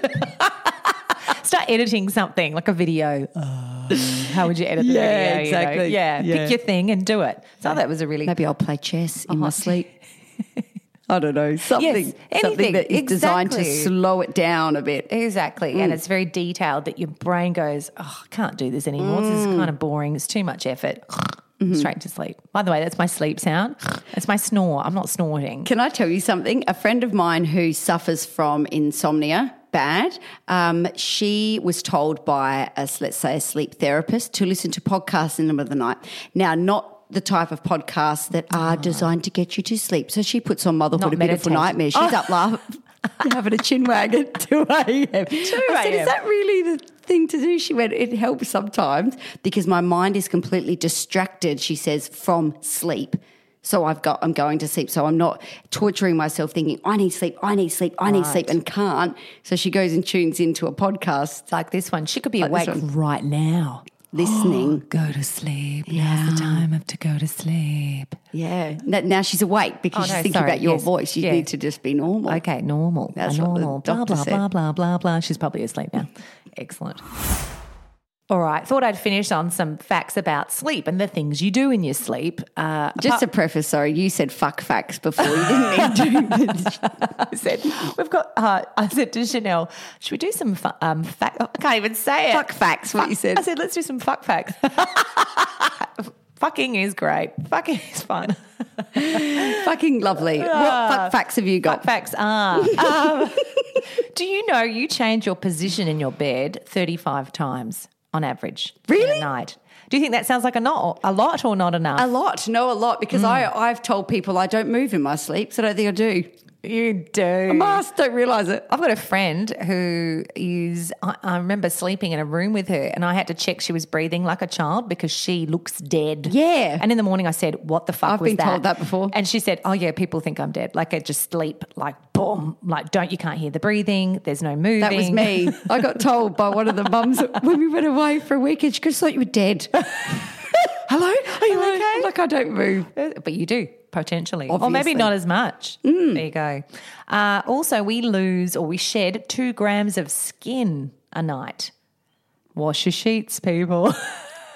C: Start editing something like a video. Oh, how would you edit the
B: Yeah,
C: video? you know?
B: exactly.
C: Yeah,
B: Yeah.
C: pick your thing and do it. So that was a really
B: Maybe I'll play chess in my sleep. Uh-huh. I don't know something.
C: anything.
B: something that is designed to
C: Exactly.
B: slow it down a bit.
C: Exactly.
B: Mm.
C: And it's very detailed that your brain goes, oh, I can't do this anymore. This
B: Mm.
C: is kind of boring. It's too much effort.
B: Mm-hmm.
C: Straight to sleep. By the way, that's my sleep sound. That's my snore. I'm not snorting.
B: Can I tell you something? A friend of mine who suffers from insomnia, bad, um, she was told by, a, let's say, a sleep therapist to listen to podcasts in the middle of the night. Now, not the type of podcasts that are designed to get you to sleep. So she puts on Motherhood,
C: Not
B: a Beautiful
C: meditation.
B: Nightmare. She's up laugh, having a chin wag at 2 a.m. I said,
C: a.m..
B: is that really the thing to do? She went, it helps sometimes because my mind is completely distracted, she says, from sleep. So I've got I'm going to sleep. So I'm not torturing myself thinking I need sleep, I need sleep, I need sleep, and can't. So she goes and tunes into a podcast
C: like this one. She could be
B: Like
C: awake
B: this one.
C: right now.
B: listening.
C: Go to sleep. Now's the time of to go to sleep.
B: yeah, Now- now she's awake because
C: Oh,
B: she's
C: no,
B: thinking
C: sorry.
B: about your
C: Yes.
B: voice. You
C: Yeah.
B: need to just be normal.
C: Okay, normal.
B: That's
C: a
B: what the
C: normal. blah
B: doctor
C: blah
B: said.
C: blah blah blah blah. She's probably asleep now. Excellent. All right. Thought I'd finish on some facts about sleep and the things you do in your sleep. Uh,
B: Just to preface, sorry, you said fuck facts before. You didn't need to.
C: I said we've got. Uh, I said to Chanel, should we do some fu- um, fact? I can't even say it.
B: fuck facts, what you said.
C: I said, let's do some fuck facts. Fucking is great. Fucking is fun.
B: Fucking lovely. what fuck facts have you got?
C: Fuck facts are. Um, do you know you change your position in your bed 35 times on average? in a
B: Really?
C: night. Do you think that sounds like a, not, a lot or not enough?
B: A lot, no, a lot, because
C: Mm.
B: I I've told people I don't move in my sleep, so I don't think I do.
C: You do.
B: I must don't realise it.
C: I've got a friend who is, I, I remember sleeping in a room with her and I had to check she was breathing like a child because she looks dead.
B: Yeah.
C: And in the morning I said, What the fuck
B: I've
C: was
B: been
C: that?
B: told that before.
C: And she said, Oh, yeah, people think I'm dead. Like I just sleep, like boom, like don't, you can't hear the breathing, there's no moving.
B: That was me. I got told by one of the mums when we went away for a week, and she just thought you were dead. Hello, are you okay? Like I don't move.
C: Uh, but you do potentially, or
B: Obviously. Mm.
C: maybe not as much. There you go. Uh, also, we lose or we shed two grams of skin a night. Wash your sheets, people.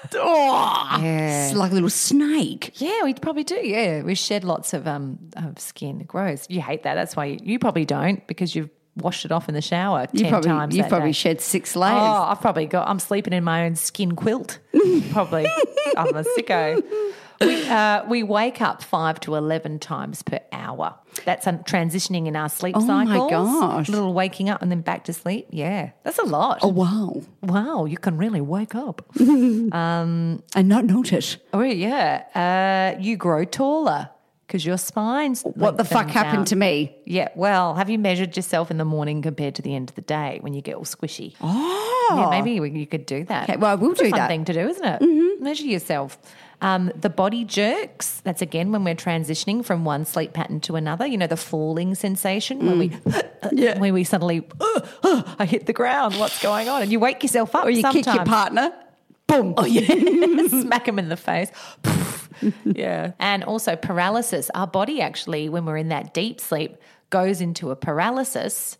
B: Oh. It's like a little snake.
C: yeah, we probably do. Yeah, we shed lots of um of skin. Gross. You hate that. That's why you, you probably don't because you've washed it off in the shower ten
B: You probably
C: times.
B: you
C: that
B: probably
C: day.
B: shed six layers.
C: Oh, I've probably got. I'm sleeping in my own skin quilt. Probably, I'm a sicko. We, uh, we wake up five to eleven times per hour. That's a transitioning in our sleep
B: Oh my
C: cycles.
B: gosh.
C: Little waking up and then back to sleep. Yeah, that's a lot.
B: Oh, wow,
C: Wow, you can really wake up.
B: and not notice.
C: oh yeah, uh, you grow taller because your spine's.
B: What the fuck happened to me?
C: Yeah, well, have you measured yourself in the morning compared to the end of the day when you get all squishy? Oh, yeah, maybe we, you could do that.
B: Okay, well, I will
C: It's a
B: do
C: fun
B: that.
C: Thing to do, isn't it? Mm-hmm. Measure yourself. Um, the body jerks. That's again when we're transitioning from one sleep pattern to another. You know, the falling sensation when we,
B: Mm.
C: when we suddenly, "Ugh, ugh, I hit the ground. What's going on? And you wake yourself up.
B: Or you
C: sometimes.
B: kick your partner? Boom. Oh yeah.
C: smack him in the face. yeah. And also paralysis. Our body actually, when we're in that deep sleep, goes into a paralysis.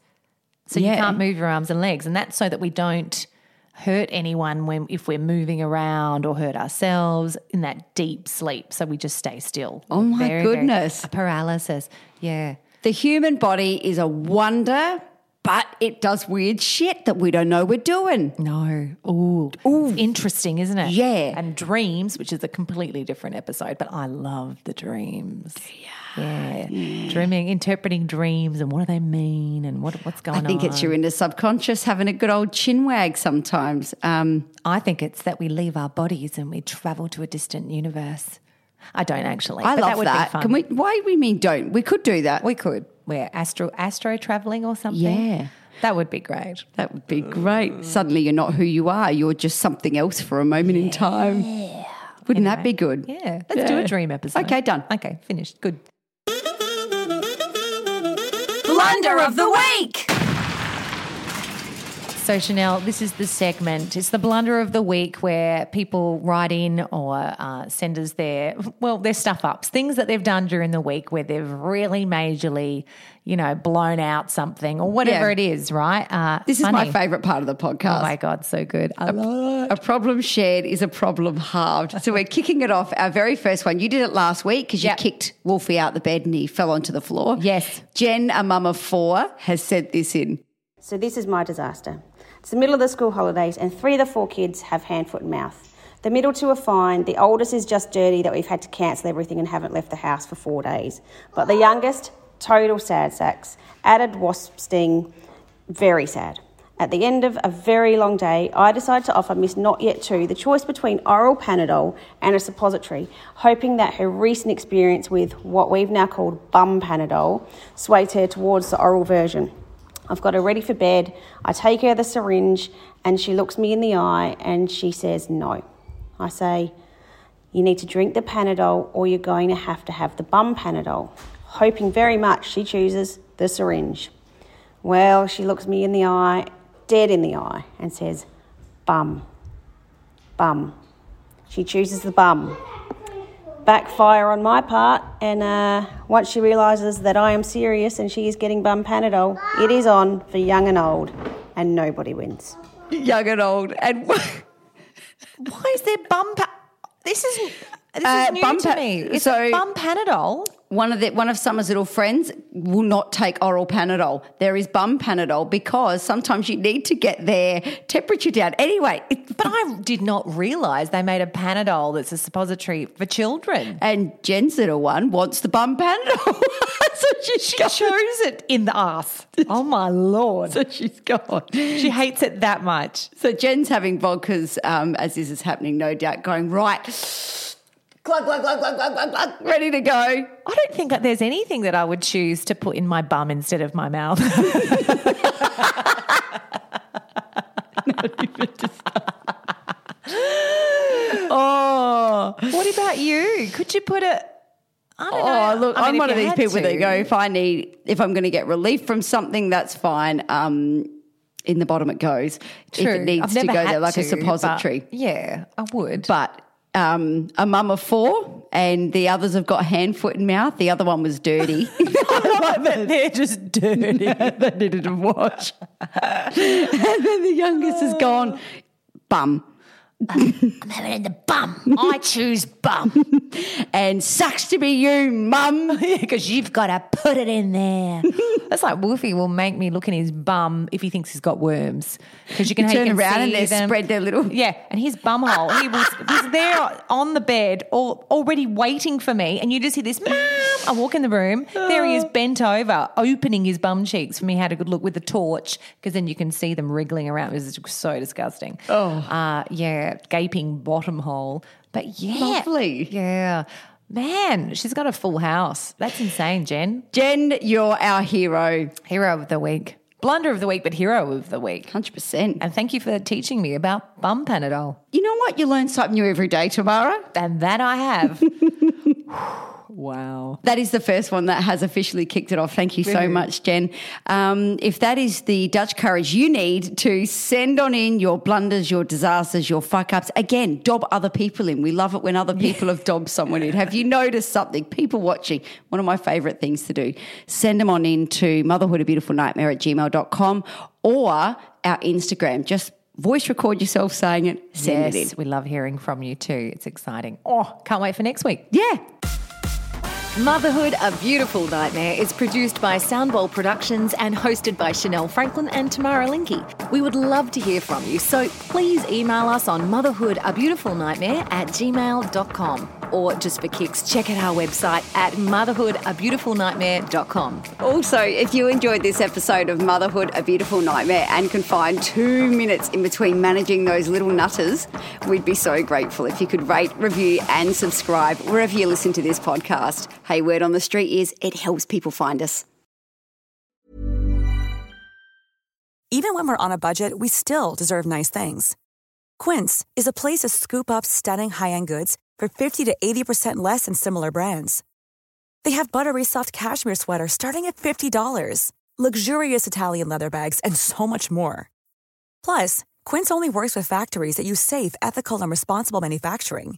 C: So
B: Yeah.
C: you can't move your arms and legs. And that's so that we don't hurt anyone when if we're moving around or hurt ourselves in that deep sleep. So we just stay still.
B: Oh my goodness.
C: a paralysis. Yeah.
B: The human body is a wonder, but it does weird shit that we don't know we're doing.
C: No. Ooh. Ooh. Oh, Interesting, isn't it?
B: Yeah.
C: And dreams, which is a completely different episode, but I love the dreams. Yeah. Dreaming, interpreting dreams and what do they mean and what what's going
B: I
C: on.
B: think it's your inner subconscious having a good old chin wag sometimes. Um,
C: I think it's that we leave our bodies and we travel to a distant universe. I don't actually.
B: I
C: but
B: love
C: that. Would Be fun.
B: Can we? Why do we mean don't? We could do that.
C: we could. We're astro astro traveling or something.
B: Yeah.
C: That would be great.
B: that would be
C: Mm.
B: great. Suddenly, you're not who you are. You're just something else for a moment in time. Wouldn't that be good?
C: Yeah. Let's do a dream episode.
B: Okay, done.
C: Okay, finished. Good.
B: Blunder of the week.
C: So, Chanel, this is the segment. It's the blunder of the week where people write in or uh, send us their, well, their stuff ups, things that they've done during the week where they've really majorly, you know, blown out something or whatever
B: Yeah.
C: it is, right? Uh,
B: This is my
C: funny.
B: favorite part of the podcast.
C: Oh my God, so good. I love it.
B: A problem shared is a problem halved. So we're kicking it off. Our very first one. You did it last week because you
C: Yep.
B: kicked Wolfie out the bed and he fell onto the floor.
C: Yes.
B: Jen, a mum of four, has sent this in.
H: So this is my disaster. It's the middle of the school holidays, and three of the four kids have hand, foot, and mouth. The middle two are fine. The oldest is just dirty that we've had to cancel everything and haven't left the house for four days. But the youngest, total sad sacks. Added wasp sting, very sad. At the end of a very long day, I decided to offer Miss Not Yet Two the choice between oral Panadol and a suppository, hoping that her recent experience with what we've now called bum Panadol swayed her towards the oral version. I've got her ready for bed. I take her the syringe and she looks me in the eye and she says no. I say, You need to drink the Panadol or you're going to have to have the bum Panadol. Hoping very much she chooses the syringe. Well, she looks me in the eye, dead in the eye, and says, Bum. Bum. She chooses the bum. Backfire on my part, and uh, once she realises that I am serious and she is getting bum Panadol, it is on for young and old, and nobody wins.
B: Young and old. And
C: Why is there bum? Pa- this is this
B: Uh,
C: is new
B: bum
C: to
B: pa-
C: me. It's
B: so-
C: bum Panadol.
B: one of the one of Summer's little friends will not take oral Panadol. There is bum Panadol because sometimes you need to get their temperature down. Anyway, it,
C: But I did not realise they made a Panadol that's a suppository for children.
B: and Jen's little one wants the bum Panadol, so she's
C: She
B: gone.
C: chose it in the ass. Oh my lord!
B: So she's gone.
C: She hates it that much.
B: So Jen's having vodkas um, as this is happening, no doubt, going right. Glug, glug, glug, glug, glug, glug, glug, ready to go.
C: I don't think that there's anything that I would choose to put in my bum instead of my mouth. oh, what about you? Could you put a? I don't
B: Oh,
C: know.
B: look,
C: I mean,
B: I'm one
C: if
B: of
C: you
B: these
C: had
B: people
C: to.
B: that go, if I need, if I'm going to get relief from something, that's fine. Um, in the bottom it goes.
C: True.
B: If it needs
C: I've
B: to
C: never
B: go
C: had
B: there like a
C: to, but
B: suppository.
C: Yeah, I would.
B: But um, a mum of four, and the others have got hand, foot, and mouth. The other one was dirty.
C: they're just dirty.
B: they needed a wash. and then the youngest is gone, bum.
C: I'm having it in the bum. I choose bum
B: And sucks to be you, mum.
C: because you've got to put it in there. That's like Wolfie will make me look in his bum if he thinks he's got worms because you can
B: You turn
C: you can
B: around and
C: see
B: they
C: them.
B: spread their little-
C: yeah, and his bum hole. He was he's there on the bed, all, already waiting for me, and you just hear this. Mom! I walk in the room. There he is,
B: Oh.
C: bent over, opening his bum cheeks for me. Had a good look with the torch because then you can see them wriggling around. It was so disgusting. Oh, uh, yeah, gaping bottom hole. But yeah,
B: Lovely.
C: Yeah. Man, she's got a full house. That's insane, Jen.
B: Jen, you're our hero.
C: Hero of the week. Blunder of the week, but hero of the week.
B: 100%.
C: And thank you for teaching me about bum Panadol.
B: You know what? You learn something new every day, Tamara.
C: And that I have. wow.
B: That is the first one that has officially kicked it off. Thank you so much, Jen. Um, if that is the Dutch courage you need to send on in your blunders, your disasters, your fuck ups, again, dob other people in. We love it when other people have dobbed someone in. Have you noticed something? People watching, one of my favourite things to do. Send them on in to motherhoodabeautifulnightmare at gmail.com or our Instagram. Just voice record yourself saying it, send it in.
C: Yes, we love hearing from you too. It's exciting. Oh, can't wait for next week.
B: Yeah.
I: Motherhood, a Beautiful Nightmare is produced by Soundbowl Productions and hosted by Chanel Franklin and Tamara Linky. We would love to hear from you, so please email us on motherhoodabeautifulnightmare at gmail.com. Or just for kicks, check out our website at motherhoodabeautifulnightmare.com.
B: Also, if you enjoyed this episode of Motherhood A Beautiful Nightmare and can find two minutes in between managing those little nutters, we'd be so grateful if you could rate, review, and subscribe wherever you listen to this podcast. Hey, word on the street is it helps people find us.
J: Even when we're on a budget, we still deserve nice things. Quince is a place to scoop up stunning high end goods for 50 to 80% less than similar brands. They have buttery soft cashmere sweaters starting at $50, luxurious Italian leather bags, and so much more. Plus, Quince only works with factories that use safe, ethical, and responsible manufacturing.